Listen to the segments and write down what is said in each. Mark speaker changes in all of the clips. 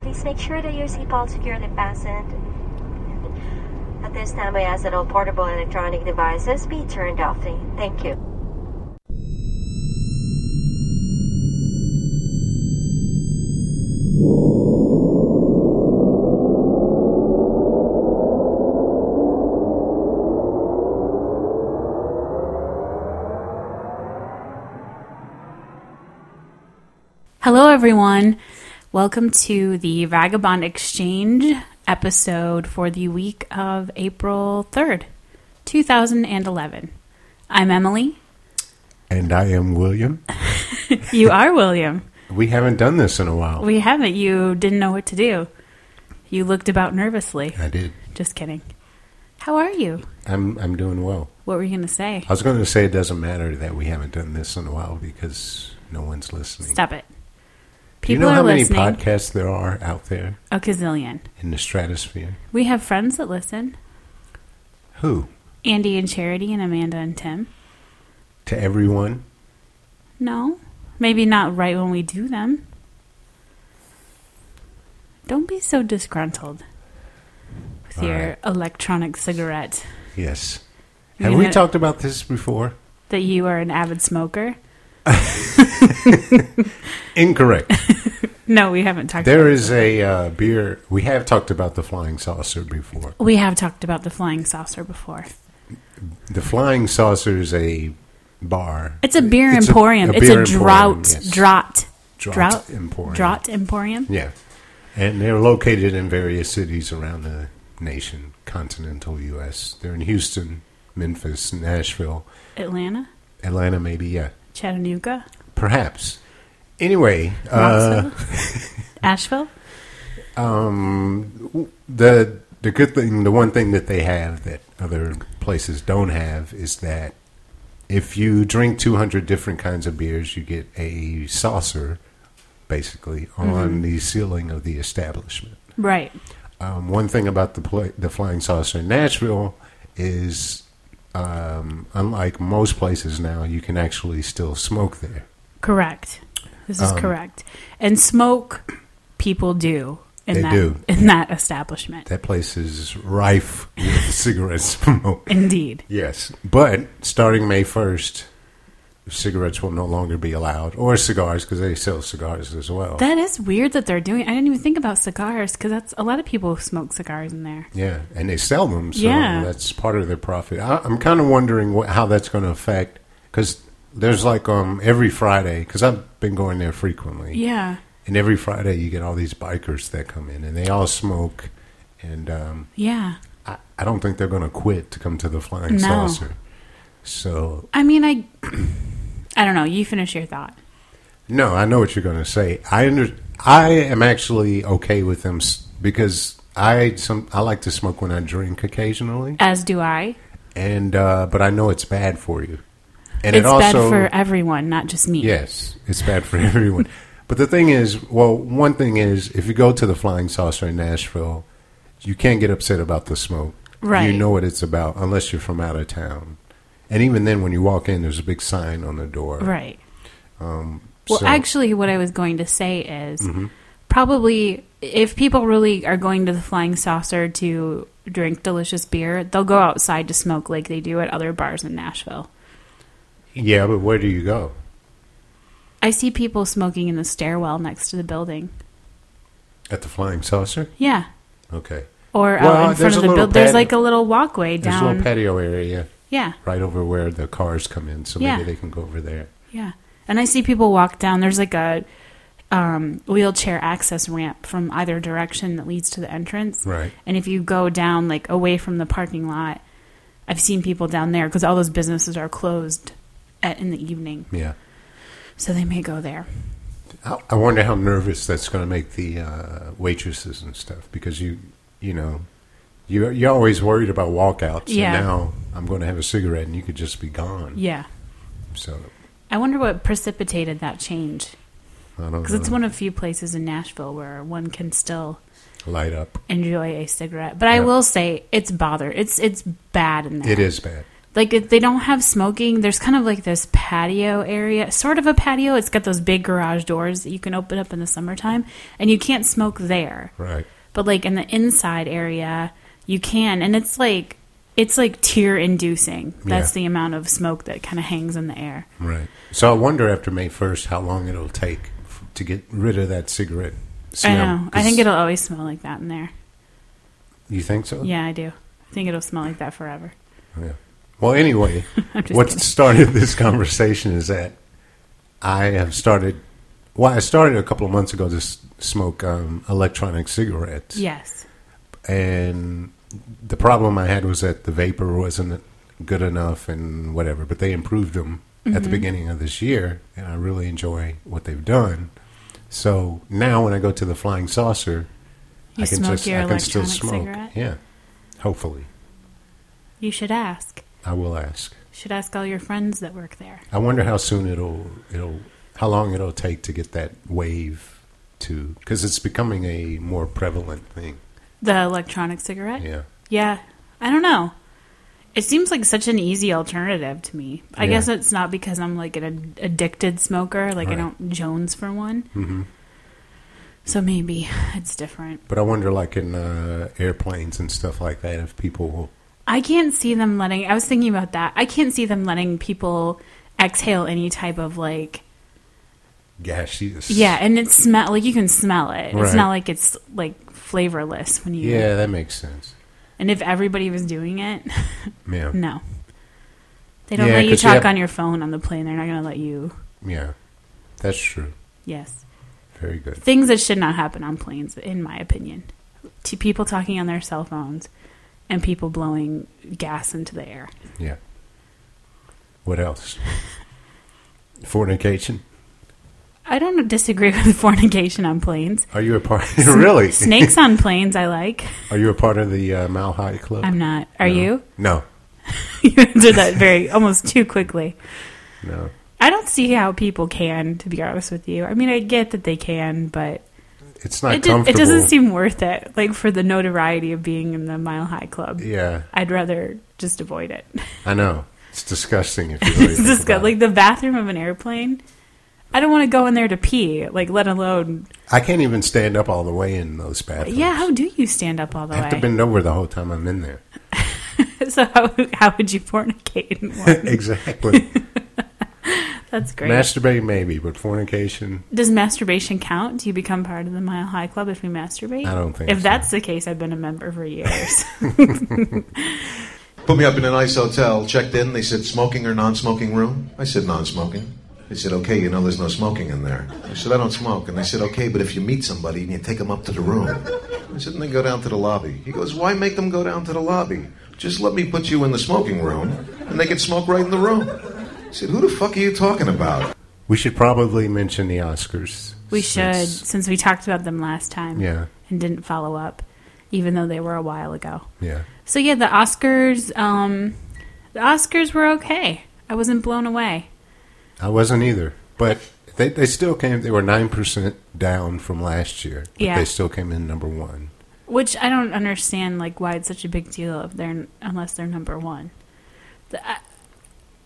Speaker 1: please make sure that your seatbelt securely fastened. At this time, I ask that all portable electronic devices be turned off. Thank you.
Speaker 2: Hello, everyone. Welcome to the Vagabond Exchange episode for the week of April 3rd, 2011. I'm Emily.
Speaker 3: And I am William.
Speaker 2: You are William.
Speaker 3: We haven't done this in a while.
Speaker 2: We haven't. You didn't know what to do. You looked about nervously.
Speaker 3: I did.
Speaker 2: Just kidding. How are you?
Speaker 3: I'm I'm doing well.
Speaker 2: What were you going to say?
Speaker 3: I was going to say it doesn't matter that we haven't done this in a while because no one's listening.
Speaker 2: Stop it.
Speaker 3: Do you know how many podcasts there are out there
Speaker 2: a gazillion.
Speaker 3: in the stratosphere?
Speaker 2: We have friends that listen
Speaker 3: Who?
Speaker 2: Andy and Charity and Amanda and Tim.
Speaker 3: To everyone?
Speaker 2: No. Maybe not right when we do them. Don't be so disgruntled with
Speaker 3: All
Speaker 2: your
Speaker 3: right.
Speaker 2: electronic cigarette
Speaker 3: Yes.
Speaker 2: You're
Speaker 3: Have we
Speaker 2: gonna-
Speaker 3: talked about this before?
Speaker 2: that you are an avid smoker.
Speaker 3: Incorrect.
Speaker 2: No, we haven't talked
Speaker 3: there
Speaker 2: about
Speaker 3: is a uh, beer. We have talked about the flying saucer before.
Speaker 2: We have talked about the flying saucer before.
Speaker 3: The flying saucer is a bar.
Speaker 2: It's a beer
Speaker 3: It's a-
Speaker 2: emporium.
Speaker 3: a
Speaker 2: it's
Speaker 3: beer
Speaker 2: a
Speaker 3: emporium,
Speaker 2: drought
Speaker 3: yes.
Speaker 2: drought
Speaker 3: Draught Emporium.
Speaker 2: drought emporium.
Speaker 3: Yeah. And they're located in various cities around the nation, continental U.S. They're in Houston, Memphis, Nashville,
Speaker 2: Atlanta,
Speaker 3: Atlanta, maybe, yeah.
Speaker 2: Chattanooga,
Speaker 3: Perhaps. Anyway, uh,
Speaker 2: Knoxville, Asheville.
Speaker 3: um, the the good thing, the one thing that they have that other places don't have is that if you drink 200 different kinds of beers, you get a saucer, basically, on the ceiling of the establishment.
Speaker 2: Right.
Speaker 3: Um, one thing about the pla the flying saucer in Nashville is, um, unlike most places now, you can actually still smoke there.
Speaker 2: Correct. This
Speaker 3: Um,
Speaker 2: is correct. And smoke people do in
Speaker 3: They
Speaker 2: that
Speaker 3: do.
Speaker 2: in that establishment.
Speaker 3: That place is rife with cigarette smoke.
Speaker 2: Indeed.
Speaker 3: Yes, but starting May first, cigarettes will no longer be allowed, or cigars because they sell cigars as well.
Speaker 2: That is weird that they're doing. I didn't even think about cigars because that's a lot of people smoke cigars in there.
Speaker 3: yeah, and they sell them, so
Speaker 2: Yeah.
Speaker 3: that's part of their profit. I, I'm kind of wondering wh- how that's going to affect because there's like um every Friday because I've been going there frequently.
Speaker 2: Yeah,
Speaker 3: And every Friday, you get all these bikers that come in, and they all smoke. And um,
Speaker 2: yeah.
Speaker 3: I, I don't think they're going to quit to come to the Flying
Speaker 2: No.
Speaker 3: Saucer. So,
Speaker 2: I mean, I, I don't know. You finish your thought.
Speaker 3: no, I know what you're going to say. I under, I am actually okay with them s- because I some I like to smoke when I drink occasionally,
Speaker 2: As do I.
Speaker 3: and uh, but I know it's bad for you. And
Speaker 2: it's bad for everyone, not just me.
Speaker 3: Yes, it's bad for everyone. but the thing is, well, one thing is, if you go to the Flying Saucer in Nashville, you can't get upset about the smoke.
Speaker 2: Right.
Speaker 3: You know what it's about, unless you're from out of town. And even then, when you walk in, there's a big sign on the door. Um,
Speaker 2: Right. Well,
Speaker 3: So- Mm-hmm.
Speaker 2: actually, what I was going to say is probably if people really are going to the Flying Saucer to drink delicious beer, they'll go outside to smoke like they do at other bars in Nashville.
Speaker 3: Yeah, but where do you go?
Speaker 2: I see people smoking in the stairwell next to the building.
Speaker 3: At the Flying Saucer?
Speaker 2: Yeah.
Speaker 3: Okay.
Speaker 2: Or
Speaker 3: Well,
Speaker 2: out in front
Speaker 3: there's
Speaker 2: of
Speaker 3: a
Speaker 2: the
Speaker 3: little
Speaker 2: building. There's
Speaker 3: patio-
Speaker 2: like a little walkway
Speaker 3: There's a
Speaker 2: down.
Speaker 3: little patio area
Speaker 2: yeah.
Speaker 3: right over where the cars come in, so maybe
Speaker 2: Yeah.
Speaker 3: they can go over there.
Speaker 2: Yeah. And I see people walk down. There's like a um, wheelchair access ramp from either direction that leads to the entrance.
Speaker 3: Right.
Speaker 2: And if you go down, like away from the parking lot, I've seen people down there because all those businesses are closed at, in the evening.
Speaker 3: Yeah.
Speaker 2: So they may go there.
Speaker 3: I I wonder how nervous that's going to make the uh, waitresses and stuff because you, you know, you you're always worried about walkouts.
Speaker 2: Yeah.
Speaker 3: And now I'm going to have a cigarette and you could just be gone.
Speaker 2: Yeah.
Speaker 3: So
Speaker 2: I wonder what precipitated that change.
Speaker 3: I don't know.
Speaker 2: Because it's one of few places in Nashville where one can still
Speaker 3: light up.
Speaker 2: enjoy a cigarette. But I
Speaker 3: Yeah.
Speaker 2: will say it's bother. It's it's bad in there.
Speaker 3: It is bad.
Speaker 2: like if they don't have smoking there's kind of like this patio area sort of a patio it's got those big garage doors that you can open up in the summertime and you can't smoke there
Speaker 3: Right.
Speaker 2: but like in the inside area you can and it's like it's like tear inducing that's
Speaker 3: Yeah.
Speaker 2: the amount of smoke that kind of hangs in the air
Speaker 3: Right. So I wonder after May 1st how long it'll take f- to get rid of that cigarette smell.
Speaker 2: i know i
Speaker 3: 'Cause-
Speaker 2: think it'll always smell like that in there
Speaker 3: You think so?
Speaker 2: yeah i do i think it'll smell like that forever
Speaker 3: Yeah. Well, anyway,
Speaker 2: I'm just
Speaker 3: what
Speaker 2: kidding.
Speaker 3: started this conversation is that I have started. Well, I started a couple of months ago to s- smoke um, electronic cigarettes,
Speaker 2: yes
Speaker 3: and the problem I had was that the vapor wasn't good enough and whatever. But they improved them at the
Speaker 2: Mm-hmm.
Speaker 3: beginning of this year, and I really enjoy what they've done. So now, when I go to the flying saucer,
Speaker 2: you
Speaker 3: I can
Speaker 2: smoke
Speaker 3: just
Speaker 2: your
Speaker 3: I can
Speaker 2: electronic
Speaker 3: still smoke.
Speaker 2: cigarette
Speaker 3: Yeah, hopefully,
Speaker 2: you should ask
Speaker 3: I will ask.
Speaker 2: should ask all your friends that work there
Speaker 3: I wonder how soon it'll it'll how long it'll take to get that wave to because it's becoming a more prevalent thing.
Speaker 2: the electronic cigarette
Speaker 3: Yeah,
Speaker 2: Yeah, I don't know. It seems like such an easy alternative to me. I
Speaker 3: Yeah.
Speaker 2: guess it's not because I'm like an ad- addicted smoker. Like
Speaker 3: Right.
Speaker 2: I don't Jones for one. Mm-hmm. So maybe it's different.
Speaker 3: but I wonder like in uh, airplanes and stuff like that if people will.
Speaker 2: I can't see them letting. I was thinking about that. I can't see them letting people exhale any type of like.
Speaker 3: Gaseous.
Speaker 2: Yeah, and it's smell like you can smell it.
Speaker 3: Right.
Speaker 2: It's not like it's like flavorless when you.
Speaker 3: Yeah, that makes sense.
Speaker 2: And if everybody was doing it,
Speaker 3: Yeah.
Speaker 2: no. They don't
Speaker 3: Yeah,
Speaker 2: let you
Speaker 3: 'cause you
Speaker 2: talk
Speaker 3: have-
Speaker 2: on your phone on the plane. They're not going to let you.
Speaker 3: Yeah. That's true.
Speaker 2: Yes.
Speaker 3: Very good.
Speaker 2: things that should not happen on planes, in my opinion. To people talking on their cell phones and people blowing gas into the air.
Speaker 3: Yeah. What else? Fornication.
Speaker 2: I don't disagree with fornication on planes.
Speaker 3: Are you a part? really?
Speaker 2: Snakes on planes, I like.
Speaker 3: Are you a part of the uh, Mile High Club?
Speaker 2: I'm not. Are
Speaker 3: No.
Speaker 2: you?
Speaker 3: No.
Speaker 2: You answered that very almost too quickly.
Speaker 3: No.
Speaker 2: I don't see how people can, to be honest with you. I mean, I get that they can, but
Speaker 3: It's not
Speaker 2: it, do- it
Speaker 3: comfortable.
Speaker 2: doesn't seem worth it. Like for the notoriety of being in the Mile High Club,
Speaker 3: Yeah.
Speaker 2: I'd rather just avoid it.
Speaker 3: I know. It's disgusting if you really
Speaker 2: It's
Speaker 3: think
Speaker 2: just
Speaker 3: about
Speaker 2: got
Speaker 3: it.
Speaker 2: like the bathroom of an airplane. I don't want to go in there to pee, like let alone.
Speaker 3: I can't even stand up all the way in those bathrooms.
Speaker 2: Yeah, how do you stand up all the
Speaker 3: I have to
Speaker 2: way?
Speaker 3: bend over the whole time I'm in there.
Speaker 2: so how how would you fornicate? In one?
Speaker 3: exactly.
Speaker 2: That's great.
Speaker 3: Masturbate maybe, but fornication.
Speaker 2: Does masturbation count? Do you become part of the Mile High Club if you masturbate?
Speaker 3: I don't think
Speaker 2: If
Speaker 3: so.
Speaker 2: that's the case, I've been a member for years.
Speaker 4: Put me up in a nice hotel, checked in, they said smoking or non smoking room? I said non smoking. They said, okay, you know there's no smoking in there. I said, I don't smoke. And they said, okay, but if you meet somebody and you take them up to the room, I said, then they go down to the lobby. He goes, why make them go down to the lobby? Just let me put you in the smoking room and they can smoke right in the room. I said, who the fuck are you talking about?
Speaker 3: We should probably mention the Oscars.
Speaker 2: we should,
Speaker 3: since-
Speaker 2: since we talked about them last time
Speaker 3: Yeah.
Speaker 2: and didn't follow up, even though they were a while ago.
Speaker 3: Yeah.
Speaker 2: So yeah, the Oscars, um, the Oscars were okay. I wasn't blown away.
Speaker 3: I wasn't either. But they, they still came, they were 9% down from last year. But
Speaker 2: Yeah.
Speaker 3: They still came in number one.
Speaker 2: Which I don't understand, like why it's such a big deal if they're unless they're number one. The- I,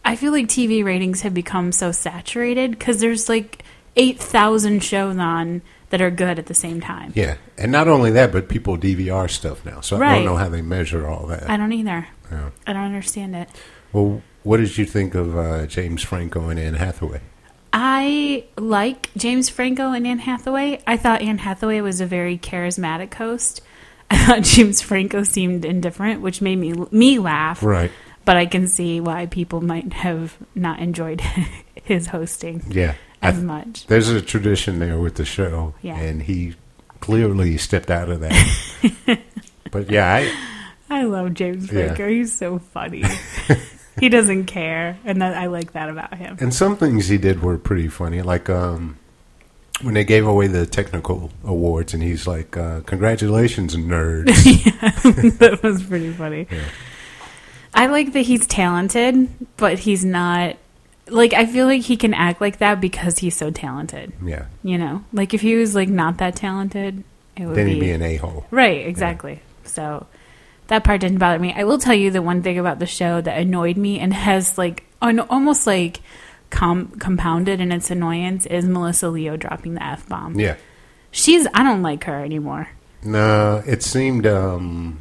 Speaker 2: I feel like TV ratings have become so saturated because there's like eight thousand shows on that are good at the same time.
Speaker 3: Yeah. And not only that, but people DVR stuff now. So I
Speaker 2: Right.
Speaker 3: don't know how they measure all that.
Speaker 2: I don't either.
Speaker 3: Yeah.
Speaker 2: I don't understand it.
Speaker 3: Well, what did you think of uh, James Franco and Anne Hathaway?
Speaker 2: I like James Franco and Anne Hathaway. I thought Anne Hathaway was a very charismatic host. I thought James Franco seemed indifferent, which made me me laugh.
Speaker 3: Right.
Speaker 2: But I can see why people might have not enjoyed his hosting
Speaker 3: Yeah. I
Speaker 2: as
Speaker 3: th-
Speaker 2: much.
Speaker 3: There's a tradition there with the show,
Speaker 2: Um, Yeah.
Speaker 3: and he clearly stepped out of that. but yeah, I,
Speaker 2: I love James
Speaker 3: Yeah.
Speaker 2: Franco. He's so funny. he doesn't care, and that, I like that about him.
Speaker 3: and some things he did were pretty funny, like um, when they gave away the technical awards, and he's like, uh, "Congratulations, nerds!"
Speaker 2: that was pretty funny. I like that he's talented, but he's not. Like I feel like he can act like that because he's so talented.
Speaker 3: yeah,
Speaker 2: You know, like if he was like not that talented, it would
Speaker 3: then
Speaker 2: be,
Speaker 3: he'd be an a hole.
Speaker 2: right. Exactly. So that part didn't bother me. I will tell you the one thing about the show that annoyed me and has like an almost like com- compounded in its annoyance is Melissa Leo dropping the f bomb.
Speaker 3: Yeah.
Speaker 2: She's I don't like her anymore.
Speaker 3: No, it seemed. Um,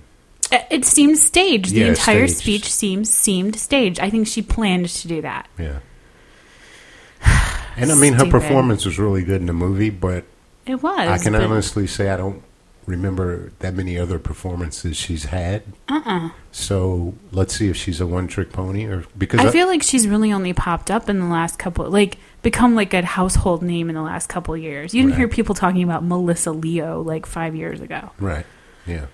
Speaker 2: It, it seemed staged.
Speaker 3: Yeah,
Speaker 2: the entire
Speaker 3: staged.
Speaker 2: speech seems seemed staged. I think she planned to do that.
Speaker 3: yeah. And I mean, her
Speaker 2: Stupid.
Speaker 3: performance was really good in the movie, but
Speaker 2: It was.
Speaker 3: I can
Speaker 2: but-
Speaker 3: honestly say I don't remember that many other performances she's had. Uh uh
Speaker 2: Uh-uh.
Speaker 3: So let's see if she's a one trick pony or because
Speaker 2: I feel like she's really only popped up in the last couple, like become like a household name in the last couple years. You didn't
Speaker 3: Right.
Speaker 2: hear people talking about Melissa Leo like five years ago.
Speaker 3: Right. Yeah.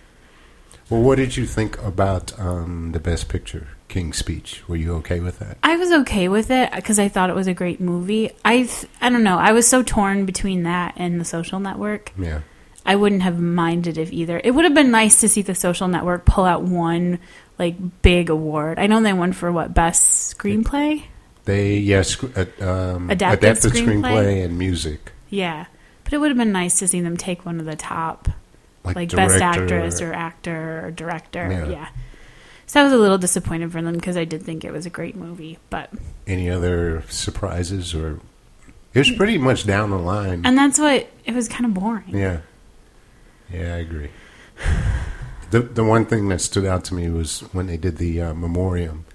Speaker 3: Well, what did you think about um, the Best Picture King's speech? Were you okay with that?
Speaker 2: I was okay with it because I thought it was a great movie. I th- I don't know. I was so torn between that and The Social Network.
Speaker 3: Yeah.
Speaker 2: I wouldn't have minded if either. It would have been nice to see The Social Network pull out one like big award. I know they won for what best screenplay.
Speaker 3: They yes sc- uh, um,
Speaker 2: Adapted screenplay?
Speaker 3: and music
Speaker 2: Yeah, but it would have been nice to see them take one of the top
Speaker 3: like,
Speaker 2: like
Speaker 3: director,
Speaker 2: best actress or actor or director.
Speaker 3: Yeah.
Speaker 2: Yeah. So I was a little disappointed for them because I did think it was a great movie, but
Speaker 3: any other surprises or it was pretty much down the line.
Speaker 2: and that's what it was kind of boring.
Speaker 3: yeah. Yeah, I agree. The the one thing that stood out to me was when they did the uh, memoriam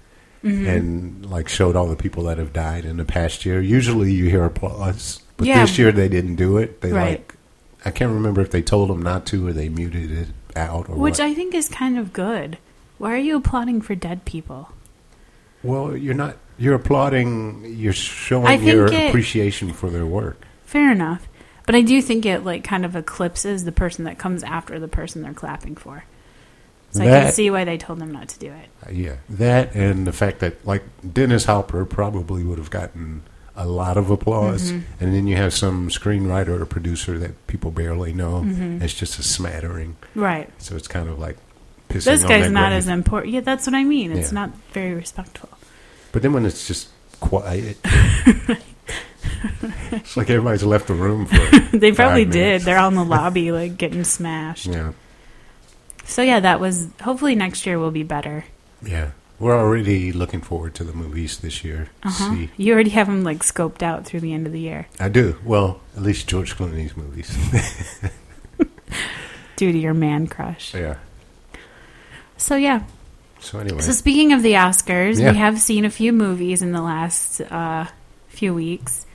Speaker 2: Mm-hmm.
Speaker 3: and like showed all the people that have died in the past year. Usually you hear applause, but
Speaker 2: Yeah.
Speaker 3: this year they didn't do it. They
Speaker 2: Right.
Speaker 3: like I can't remember if they told them not to or they muted it out or
Speaker 2: Which
Speaker 3: what.
Speaker 2: I think is kind of good. Why are you applauding for dead people?
Speaker 3: Well, you're not. You're applauding. You're
Speaker 2: I
Speaker 3: showing
Speaker 2: think
Speaker 3: your
Speaker 2: it-
Speaker 3: appreciation for their work.
Speaker 2: Fair enough. But I do think it like kind of eclipses the person that comes after the person they're clapping for. So I can
Speaker 3: That-
Speaker 2: see why they told them not to do it.
Speaker 3: Yeah, that and the fact that like Dennis Hopper probably would have gotten a lot of applause,
Speaker 2: Mm-hmm.
Speaker 3: and then you have some screenwriter or producer that people barely know.
Speaker 2: Mm-hmm.
Speaker 3: It's just a smattering,
Speaker 2: Right.
Speaker 3: so it's kind of like pissing.
Speaker 2: This
Speaker 3: on
Speaker 2: guy's
Speaker 3: that
Speaker 2: not
Speaker 3: grave.
Speaker 2: as important. Yeah, that's what I mean. It's
Speaker 3: Yeah.
Speaker 2: not very respectful.
Speaker 3: But then when it's just quiet, it's like everybody's left the room for. it.
Speaker 2: they probably
Speaker 3: Five
Speaker 2: did.
Speaker 3: minutes.
Speaker 2: They're out in the lobby, like getting smashed.
Speaker 3: Yeah,
Speaker 2: So yeah, that was hopefully next year will be better.
Speaker 3: yeah. We're already looking forward to the movies this year. See.
Speaker 2: You already have them like scoped out through the end of the year
Speaker 3: I do. Well, at least George Clooney's movies.
Speaker 2: due to your man crush.
Speaker 3: yeah.
Speaker 2: So yeah.
Speaker 3: So anyway,
Speaker 2: So speaking of the Oscars,
Speaker 3: Yeah.
Speaker 2: we have seen a few movies in the last uh, few weeks.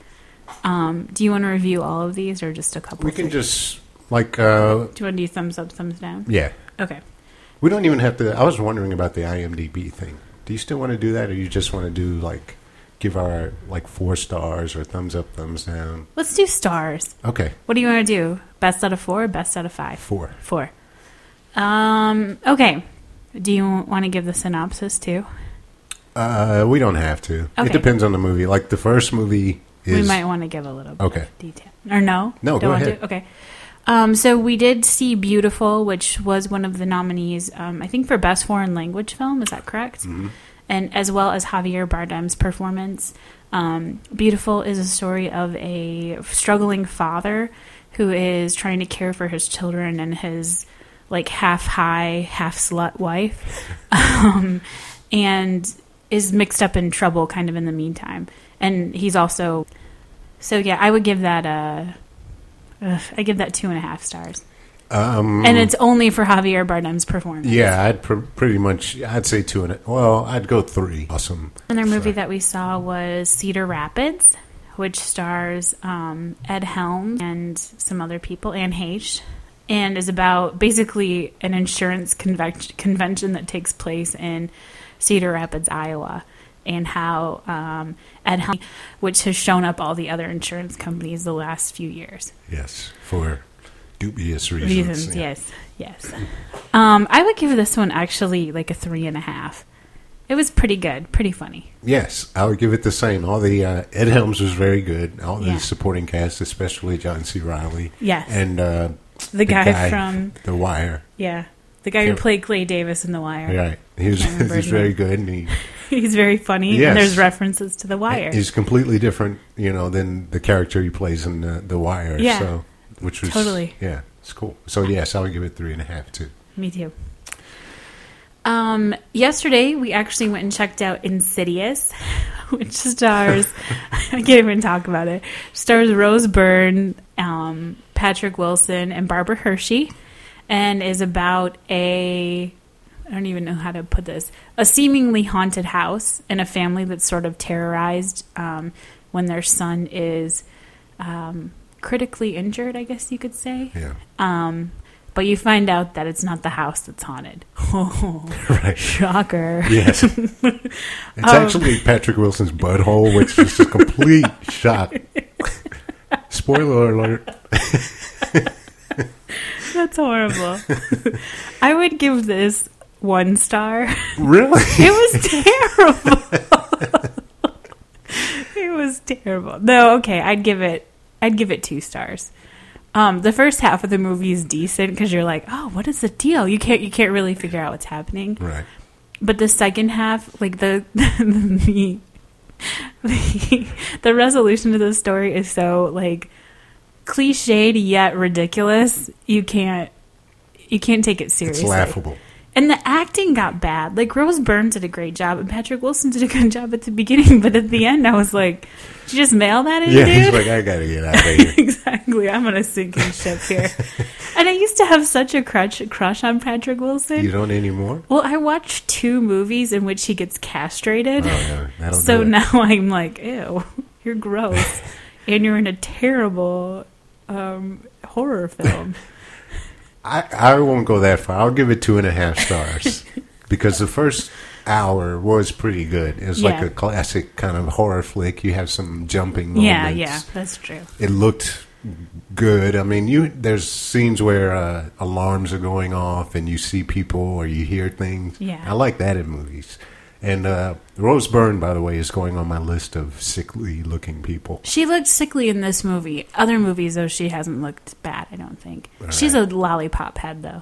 Speaker 2: Um, do you want to review all of these or just a couple?
Speaker 3: we can
Speaker 2: first?
Speaker 3: just like uh
Speaker 2: Do you want to do thumbs up, thumbs down?
Speaker 3: yeah.
Speaker 2: Okay.
Speaker 3: We don't even have to I was wondering about the IMDb thing. Do you still want to do that or you just want to do like give our like four stars or thumbs up, thumbs down?
Speaker 2: Let's do stars.
Speaker 3: Okay.
Speaker 2: What do you want to do? Best out of four, or best out of five?
Speaker 3: Four.
Speaker 2: Four. Um, okay. Do you want to give the synopsis too?
Speaker 3: Uh we don't have to. It
Speaker 2: Okay.
Speaker 3: depends on the movie. Like the first movie is
Speaker 2: we might want to give a little bit
Speaker 3: Okay.
Speaker 2: of detail. Or no? Don't
Speaker 3: No, go
Speaker 2: want to?
Speaker 3: ahead.
Speaker 2: Okay. Um, so we did see Beautiful, which was one of the nominees, um, I think, for Best Foreign Language Film. Is that correct? And as well as Javier Bardem's performance. Um, Beautiful is a story of a struggling father who is trying to care for his children and his like half high, half slut wife, um, and is mixed up in trouble kind of in the meantime. And he's also so yeah, I would give that a. Ugh, I give that two and a half stars,
Speaker 3: um
Speaker 2: and it's only for Javier Bardem's performance.
Speaker 3: yeah, I'd pr- pretty much I'd say two and a, well, I'd go three. Awesome.
Speaker 2: Another movie that we saw was Cedar Rapids, which stars um, Ed Helms and some other people, Anne Heche, and is about basically an insurance convec- convention that takes place in Cedar Rapids, Iowa, and how um, Ed Helms, which has shown up all the other insurance companies the last few years.
Speaker 3: Yes, for dubious reasons.
Speaker 2: reasons. Yes, yes. Um, I would give this one actually like a three and a half. It was pretty good, pretty funny.
Speaker 3: Yes, I would give it the same. All the uh, Ed Helms was very good. All
Speaker 2: Yeah.
Speaker 3: the supporting cast, especially John C. Riley.
Speaker 2: Yes.
Speaker 3: and uh,
Speaker 2: The, guy, from
Speaker 3: The Wire.
Speaker 2: yeah, the guy
Speaker 3: Yeah.
Speaker 2: who played Clay Davis in The Wire.
Speaker 3: Right, he was
Speaker 2: Can't remember
Speaker 3: he's
Speaker 2: his
Speaker 3: very
Speaker 2: name.
Speaker 3: good, and he
Speaker 2: He's very funny,
Speaker 3: Yes.
Speaker 2: and there's references to The Wire.
Speaker 3: is completely different, you know, than the character he plays in the, the Wire.
Speaker 2: Yeah.
Speaker 3: so which was
Speaker 2: Totally.
Speaker 3: yeah, it's cool. So yes, I would give it three and a half too.
Speaker 2: Me too. Um, yesterday, we actually went and checked out Insidious, which stars, I can't even talk about it, stars Rose Byrne, um, Patrick Wilson, and Barbara Hershey, and is about a, I don't even know how to put this, a seemingly haunted house and a family that's sort of terrorized um, when their son is um, critically injured, I guess you could say.
Speaker 3: Yeah.
Speaker 2: Um, but you find out that it's not the house that's haunted. Oh.
Speaker 3: Right.
Speaker 2: Shocker.
Speaker 3: Yes. It's actually
Speaker 2: Oh.
Speaker 3: Patrick Wilson's butthole, which is just a complete shock. Spoiler alert.
Speaker 2: That's horrible. I would give this one star.
Speaker 3: Really?
Speaker 2: It was terrible. it was terrible. No, okay, I'd give it I'd give it two stars. Um, the first half of the movie is decent because you're like, oh, what is the deal? You can't you can't really figure out what's happening.
Speaker 3: Right.
Speaker 2: but the second half, like the the the, the resolution of the story is so like cliched yet ridiculous. You can't you can't take it seriously.
Speaker 3: It's laughable.
Speaker 2: And the acting got bad. Like Rose Byrne did a great job, and Patrick Wilson did a good job at the beginning, but at the end, I was like, "Did you just mail that in,
Speaker 3: Yeah,
Speaker 2: dude?"
Speaker 3: he's like, I gotta get out of here.
Speaker 2: exactly. I'm on a sinking ship here. and I used to have such a crush crush on Patrick Wilson.
Speaker 3: You don't anymore?
Speaker 2: Well, I watched two movies in which he gets castrated.
Speaker 3: Oh, no, that'll
Speaker 2: so
Speaker 3: do it.
Speaker 2: now I'm like, ew, you're gross. and you're in a terrible um, horror film.
Speaker 3: I, I won't go that far. I'll give it two and a half stars because the first hour was pretty good. It was like
Speaker 2: Yeah.
Speaker 3: a classic kind of horror flick. You have some jumping moments.
Speaker 2: yeah, yeah, that's true.
Speaker 3: it looked good. I mean, you there's scenes where uh, alarms are going off and you see people or you hear things.
Speaker 2: Yeah.
Speaker 3: I like that in movies. And uh, Rose Byrne, by the way, is going on my list of sickly looking people.
Speaker 2: She looked sickly in this movie. Other movies, though, she hasn't looked bad, I don't think.
Speaker 3: All
Speaker 2: She's
Speaker 3: right.
Speaker 2: a lollipop head, though.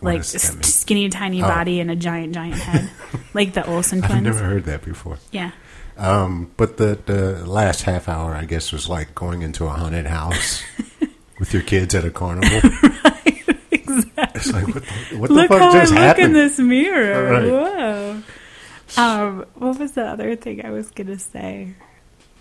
Speaker 3: What
Speaker 2: Like,
Speaker 3: does that
Speaker 2: s-
Speaker 3: mean?
Speaker 2: skinny, tiny
Speaker 3: Oh.
Speaker 2: body and a giant, giant head. like the Olsen
Speaker 3: I've
Speaker 2: twins.
Speaker 3: never heard that before.
Speaker 2: Yeah.
Speaker 3: Um, but the, the last half hour, I guess, was like going into a haunted house with your kids at a carnival.
Speaker 2: exactly.
Speaker 3: It's like, what the, what the
Speaker 2: Look
Speaker 3: fuck
Speaker 2: how I
Speaker 3: just
Speaker 2: look in
Speaker 3: happened?
Speaker 2: this mirror.
Speaker 3: All right.
Speaker 2: Whoa. Um, what was the other thing I was gonna say?